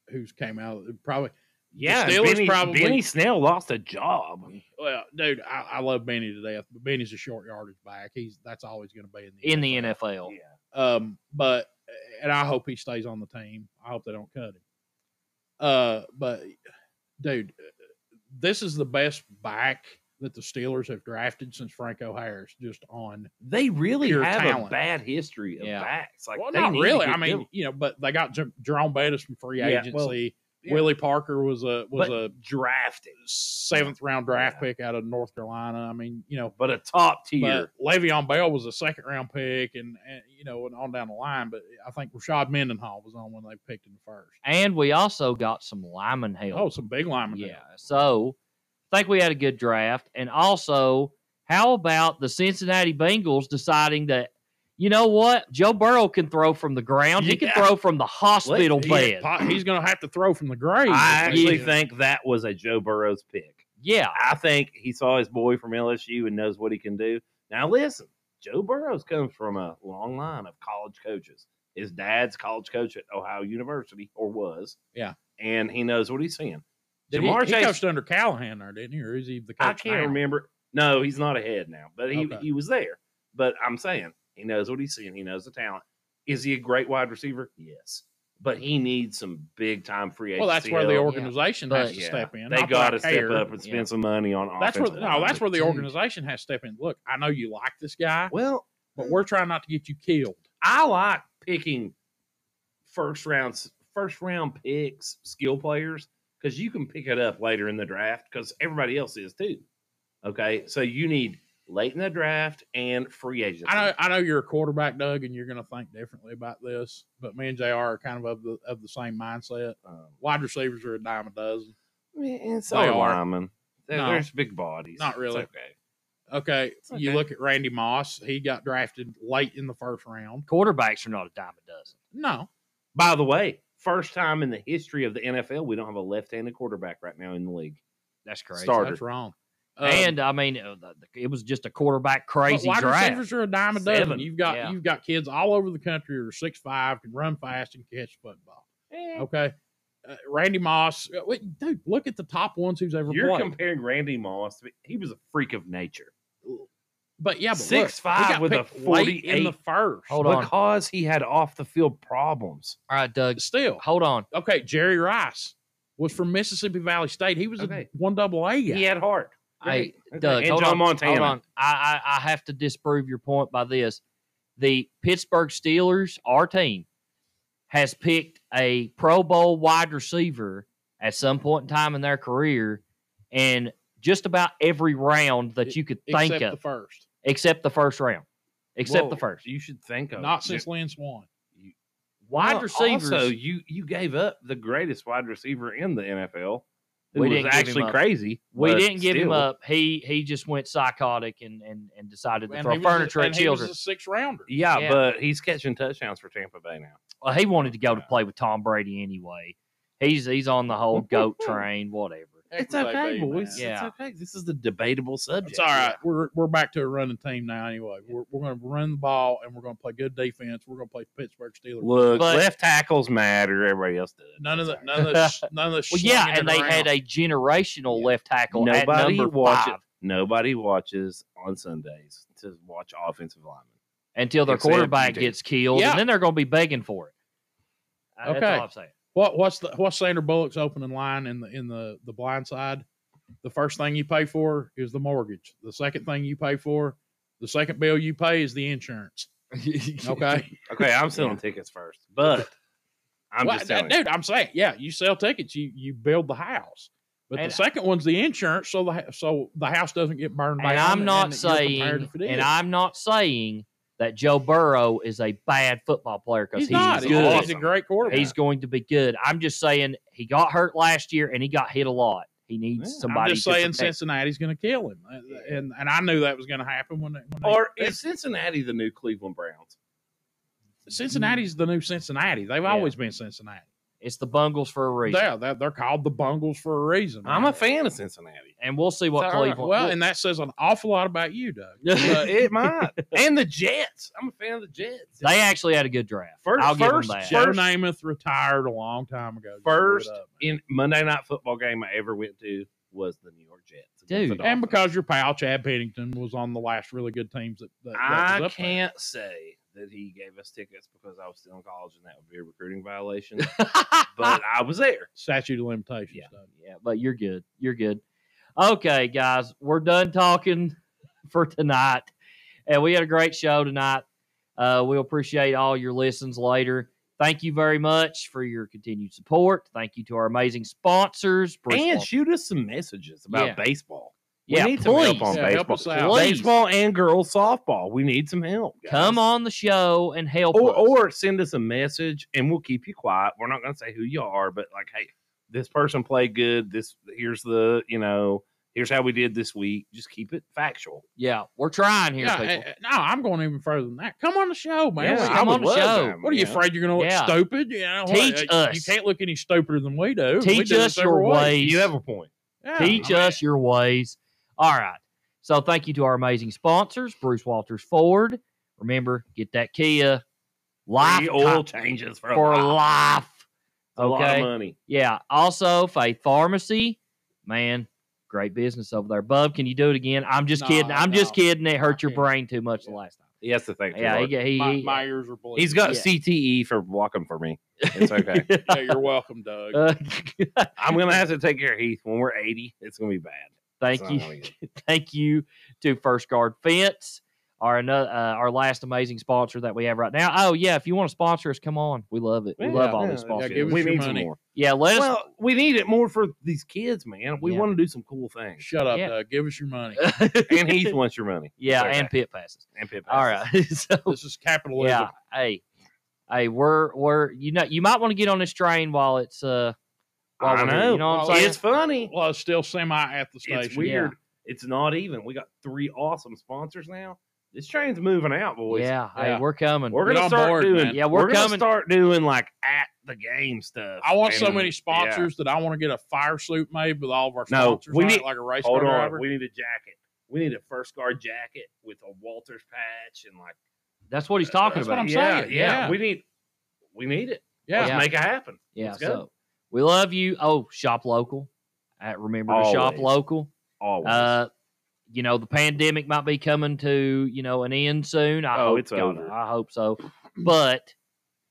B: who's came out probably.
C: Yeah,
B: Steelers
C: Benny,
B: probably-
C: Benny Snell lost a job.
B: Well, dude, I, I love Benny to death, but Benny's a short yardage back. He's that's always going to be in the
A: in the
B: NFL.
A: NFL.
B: Um, but and I hope he stays on the team. I hope they don't cut him. Uh, but dude, this is the best back that the Steelers have drafted since Franco Harris. Just on,
C: They really
B: Pure
C: have
B: talent.
C: a bad history of
A: Yeah.
C: backs. Like,
B: well,
C: they
B: not
C: need to
B: really.
C: get
B: I mean,
C: them.
B: you know, but they got Jer- Jerome Bettis from free
C: Yeah,
B: agency.
C: well, yeah.
B: Willie Parker was a was
C: But
B: a
C: drafted,
B: seventh round draft
C: Yeah.
B: pick out of North Carolina. I mean, you know,
C: but a top tier.
B: But Le'Veon Bell was a second round pick, and, and you know, and on down the line. But I think Rashad Mendenhall was on when they picked in the first.
A: And we also got some lineman help.
B: Oh, some big linemen.
A: yeah.
B: Yeah,
A: So I think we had a good draft. And also, how about the Cincinnati Bengals deciding that, you know what? Joe Burrow can throw from the ground, he can
C: Yeah.
A: throw from the hospital
B: he,
A: bed.
B: po- he's going to have to throw from the grave.
C: I
B: this
C: actually
B: season.
C: think that was a Joe Burrow's pick.
A: yeah.
C: I think he saw his boy from LSU and knows what he can do. Now, listen, Joe Burrows comes from a long line of college coaches. His dad's college coach at Ohio University, or was.
B: Yeah.
C: And he knows what he's seeing.
B: Did he,
C: Jamar
B: he
C: Chase-
B: coached under Callahan there, didn't he? Or is he the coach?
C: I can't
B: now?
C: remember. No, he's not ahead now, but he,
B: Okay.
C: he was there. But I'm saying he knows what he's seeing. He knows the talent. Is he a great wide receiver? Yes. but he needs some big time free
B: Well,
C: agency.
B: that's where the
C: help.
B: organization
A: But-
B: has to
C: Yeah.
B: step in. Not
C: They
B: that I
C: got to step
B: care.
C: up and spend
A: Yeah.
C: some money on
B: That's where
C: offense.
B: no, that's where the
A: Dude.
B: organization has to step in. Look, I know you like this guy,
C: Well,
B: but we're trying not to get you killed.
C: I like picking first rounds, first round picks, skill players because you can pick it up later in the draft because everybody else is too. Okay, so you need late in the draft and free agency.
B: I know I know you're a quarterback, Doug, and you're gonna think differently about this, but me and JR are kind of of the of the same mindset.
C: Um,
B: Wide receivers are a dime a dozen.
C: and so
B: They
C: are
B: are.
C: linemen. They're,
B: No.
C: there's big bodies.
B: Not really.
C: It's okay.
B: Okay, you
C: okay.
B: look at Randy Moss, he got drafted late in the first round.
A: Quarterbacks are not a dime a dozen.
B: No.
C: By the way, first time in the history of the NFL, we don't have a left-handed quarterback right now in the league.
A: That's crazy.
C: Start- Starter.
B: That's wrong. Um,
A: and I mean, uh, the- the- it was just a quarterback
B: But
A: crazy
B: wide
A: draft.
B: receivers are a dime a dozen.
C: Seven,
B: You've got
A: yeah.
B: you've got kids all over the country who are six five, can run fast and catch football.
C: Eh.
B: Okay, uh, Randy Moss, uh, wait, dude, look at the top ones who's ever
C: You're
B: played.
C: comparing Randy Moss. To, he was a freak of nature.
B: but yeah, but look,
C: Six
B: we
C: five
B: got
C: with a
B: picked late in the
C: 48.
B: first.
A: Hold on.
C: because he had off the field problems.
A: All right, Doug.
B: Still,
A: Hold on.
B: okay, Jerry Rice was from Mississippi Valley State. He was
C: Okay.
B: a one double A guy.
C: He had heart.
A: Hey,
C: Okay,
A: Doug,
C: and
A: hold
C: Joe
A: on.
C: Montana.
A: Hold on. I, I, I have to disprove your point by this. The Pittsburgh Steelers, our team, has picked a Pro Bowl wide receiver at some point in time in their career, and just about every round
C: E,
A: that you could think
B: except
A: of,
B: the first.
A: except the first round, except the
C: Whoa,
A: first.
C: You should think of
B: Not since Lynn Swan.
A: Wide
C: Well,
A: receivers.
C: Also, you you gave up the greatest wide receiver in the NFL. Who
A: We
C: was
A: didn't give him
C: actually
A: up.
C: crazy.
A: we
C: but
A: didn't give him
C: still.
A: up. He he just went psychotic and and, and decided to
B: And he
A: throw
B: was a-
A: furniture at
B: and he was
A: children.
B: a six rounder.
C: Yeah,
A: Yeah.
C: but he's catching touchdowns for Tampa Bay now.
A: Well, he wanted to go to play with Tom Brady anyway. He's he's on the whole
B: (laughs)
A: goat train, whatever.
C: It's
B: Heck with
C: okay,
B: AB, man.
C: boys.
A: Yeah.
C: It's okay. This is the debatable subject.
B: It's all right. We're we're back to a running team now. Anyway, we're, we're going to run the ball and we're going to play good defense. We're going to play the Pittsburgh Steelers.
C: Look,
A: But-
C: left tackles matter. Everybody else does.
B: None of the
C: It's all
B: none of the sh- none of the.
A: (laughs) Well, yeah,
B: slinging
A: and
B: it
A: they had
B: around.
A: a generational
B: Yeah.
A: left tackle
C: Nobody
A: at number
C: watches
A: five
C: nobody watches on Sundays to watch offensive linemen.
A: until their
C: Except you
A: quarterback
C: do.
A: gets killed,
B: Yeah.
A: and then they're going to be begging for it. Uh, That's
B: Okay.
A: all I'm saying.
B: what what's the what's Sandra Bullock's opening line in the in the the blind side? The first thing you pay for is the mortgage. The second thing you pay for, the second bill you pay is the
A: (laughs)
B: insurance. (laughs) Okay,
C: Okay, I'm selling tickets first, but (laughs) I'm
B: Well,
C: just
B: that-
C: telling you,
B: dude, I'm saying, yeah, you sell tickets, you you build the house. But
A: And-
B: the second one's the insurance, so the ha- so the house doesn't get burned down.
A: and I'm not
B: that you're prepared
A: saying,
B: if it
A: and
B: is.
A: I'm not saying that Joe Burrow is a bad football player because
B: He's,
A: he's,
B: not. He's-
A: good.
B: He's a great quarterback.
A: He's going to be good. I'm just saying he got hurt last year and he got hit a lot. He needs
C: Yeah. I'm
B: I'm
A: somebody.
B: just
A: to
B: saying
A: protect-
B: Cincinnati's going to kill him, And- and and I knew that was going to happen when, they- when they-
C: or is Cincinnati the new Cleveland Browns?
B: Cincinnati's the new Cincinnati. They've
A: Yeah.
B: always been Cincinnati.
A: it's the Bungles for a reason.
B: Yeah, they're, they're called the Bungles for a reason.
C: I'm
B: man.
C: a fan of Cincinnati.
A: And we'll see what
C: It's all right.
A: Cleveland.
B: Well, and that says an awful lot about you, Doug.
C: But it (laughs) might, and the Jets. I'm a fan of the Jets.
A: they actually had a good draft.
C: First-
A: I'll give them
C: first
A: that.
B: Joe
C: First-
B: Namath retired a long time ago. Just give it
C: First
B: up, man.
C: in Monday night football game I ever went to was the New York Jets.
A: Dude.
C: against the
A: And
B: and
C: Dolphins.
B: because your pal Chad Pennington was on the last really good teams that, that, that was
C: I
B: up there.
C: can't say that he gave us tickets because I was still in college and that would be a recruiting violation. (laughs) but I was there.
B: statute of limitations.
C: Yeah.
B: Doug.
A: (laughs) yeah, but you're good. You're good. Okay, guys, we're done talking (laughs) for tonight, and we had a great show tonight. Uh, we appreciate all your listens later. Thank you very much for your continued support. Thank you to our amazing sponsors. Bridgewater-
C: and shoot us some messages about
A: Yeah.
C: baseball. We
A: yeah,
C: need
A: please
C: some help on
B: Yeah, help
C: baseball.
B: us out.
A: Please.
C: Baseball and girls softball. We need some help. guys.
A: come on the show and help
C: Or,
A: us.
C: or send us a message and we'll keep you quiet. We're not going to say who you are, but like, hey, this person played good. This here's the you know here's how we did this week. Just keep it factual.
A: yeah, we're trying here,
B: Yeah,
A: people.
B: eh, eh, no, I'm going even further than that. Come on the show, man.
A: Yeah,
B: We-
A: come
B: I would
A: on the
B: love
A: show.
B: that, man. What are you
C: Yeah.
B: afraid you're going to look
A: Yeah.
B: stupid? You know, what?
A: Teach
B: Uh,
A: us.
B: You can't look any stupider than we do. We
A: Teach
B: do
A: us
B: this every
A: your
B: week.
A: ways.
C: You have a point.
B: Yeah,
A: Teach
B: I mean,
A: us your ways. All right. So thank you to our amazing sponsors, Bruce Walters Ford. Remember, get that Kia life
C: Free oil changes for,
A: for
C: a
A: life.
C: lot, a lot of
A: Okay.
C: money.
A: Yeah. Also, Faith Pharmacy. Man, great business over there. Bub, can you do it again? I'm just
B: No,
A: kidding. I'm just
B: no.
A: kidding. It hurt your
B: I can't.
A: brain too much the
B: Yeah.
A: last time.
C: He has to thank. the
A: Yeah, he,
C: Lord.
A: he,
B: My,
A: he-
B: my ears are bleeding.
C: he's got
A: yeah.
C: CTE for walking for me.
A: (laughs)
C: It's okay.
B: Yeah, you're welcome, Doug.
A: uh,
C: I'm gonna have to take care of Heath when we're 80. It's gonna be bad.
A: (laughs) thank
C: It's not gonna
A: you,
C: be good.
A: thank you to First Guard Fence, our another uh, our last amazing sponsor that we have right now. Oh yeah, if you want to sponsor us, come on, we love it. We
C: Yeah,
A: love all
C: yeah,
A: these sponsors.
B: yeah, give us
C: we
B: your
C: need some
B: money.
C: more.
A: Yeah, let us.
C: Well, we need it more for these kids, man. We
A: Yeah.
C: want to do some cool
A: (laughs)
C: things.
B: Shut up,
A: yeah.
B: Doug. Give us your money.
C: and Heath wants your money.
A: yeah,
C: It's okay.
A: and pit passes.
C: and Pip.
A: All right, (laughs) so
B: this is capitalism.
A: Yeah. Hey, hey, we're we're you know you might want to get on this train while it's uh while
C: I
A: we're here,
C: know.
A: you know what I'm
B: While
A: saying?
C: It's funny.
B: Well, it's still semi at the station.
C: It's weird. It's not even. We got three awesome sponsors now. This train's moving out, boys.
A: yeah,
B: Yeah.
A: Hey, we're coming.
C: We're
B: Get
C: gonna
B: on
C: start
B: board,
C: doing.
B: man.
A: Yeah, we're
C: gonna
A: coming.
C: start doing like at the game stuff.
B: I want so
C: And-
B: many
C: yeah.
B: sponsors that I want to get a fire suit made with all of our
C: No,
B: sponsors.
C: we
B: on it,
C: need-
B: like a race
C: Hold
B: car
C: on,
B: driver.
C: we need a jacket. We need a first guard jacket with a Walters patch and like
A: That's what he's talking
B: That's what
A: about.
B: I'm
C: yeah,
B: saying,
C: Yeah,
B: yeah.
C: we need we need it.
B: yeah.
C: Let's make it happen.
A: yeah,
C: Let's go.
A: so we love you. Oh, shop local. Uh, remember to shop
C: Always.
A: local.
C: Always.
A: Uh, you know the pandemic might be coming to you know an end soon. I
C: Oh,
A: hope
C: it's
A: God,
C: over.
A: I hope
C: (clears throat)
A: so. But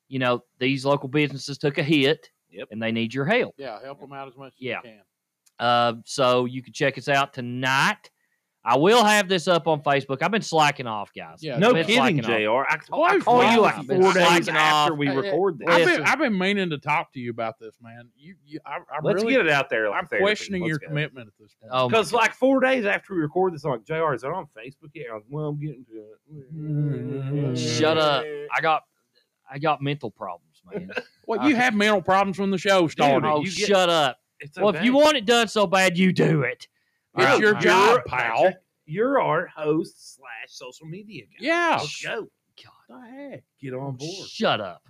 A: you know these local businesses took a hit,
C: Yep.
A: and they need your help.
B: Yeah, help them out as much as
A: Yeah.
B: you can.
A: Uh, so you can check us out tonight. I will have this up on Facebook. I've been slacking off, guys.
B: Yeah,
A: I've
C: no
A: been
C: kidding,
A: slacking
C: Jr.
A: off.
C: I,
B: Oh,
C: I
B: I've
C: call you
B: been
C: like
B: slacking
C: four
B: off.
C: days
A: Slacking
C: after
A: off.
C: we
B: Uh, yeah.
C: record this.
B: I've
A: Listen.
B: been, I've been meaning to talk to you about this, man. You, you I, I'm
C: Let's
B: really,
C: get it out there.
B: I'm questioning your commitment at this point.
A: Oh, my
C: Because like four days after we record this, I'm like, Jr. Is it on Facebook yet? I'm like, well, I'm getting to it.
A: Shut up. I got I got mental problems,
C: (laughs)
A: man.
B: well, you have mental problems when the show started.
A: oh,
C: you get-
A: shut up.
C: It's
A: Well, if you want it done so bad, you do it.
B: it's
A: All right,
B: your
A: all right.
B: job,
C: You're-
B: pal.
C: you're our host slash social media guy.
B: Yeah.
C: Let's go.
A: God.
C: Go ahead. Get on board.
A: Shut up.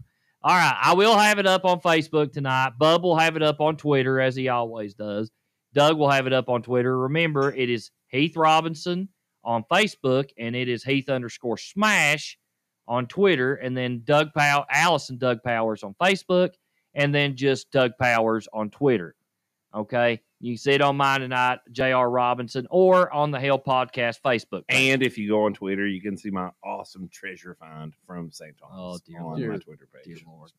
A: All right. I will have it up on Facebook tonight. Bub will have it up on Twitter, as he always does. Doug will have it up on Twitter. Remember, it is Heath Robinson on Facebook, and it is Heath underscore smash on Twitter. And then Doug Pow Allison Doug Powers on Facebook, and then just Doug Powers on Twitter. Okay. You can see it on mine tonight, J.R. Robinson, or on the Hell Podcast Facebook. page.
C: And if you go on Twitter, you can see my awesome treasure find from St. Thomas
A: Oh, dear
C: on my
B: Lord.
C: Twitter page.
A: Dear Lord.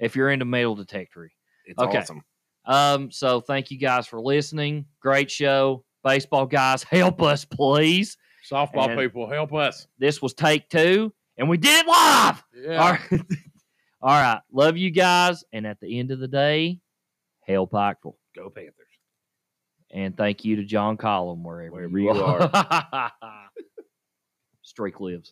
A: if you're into metal detectory.
C: It's
A: Okay.
C: awesome.
A: Um, so thank you guys for listening. Great show. Baseball guys, (laughs) help us, please.
B: Softball
A: And-
B: people, help us.
A: This was take two, and we did it live.
B: Yeah.
A: All, right. (laughs) All right. Love you guys. And at the end of the day, hail Pikeville.
C: Go Panthers.
A: And thank you to John Collum, wherever,
C: Wherever
A: you
C: you
A: are. (laughs) Streak lives.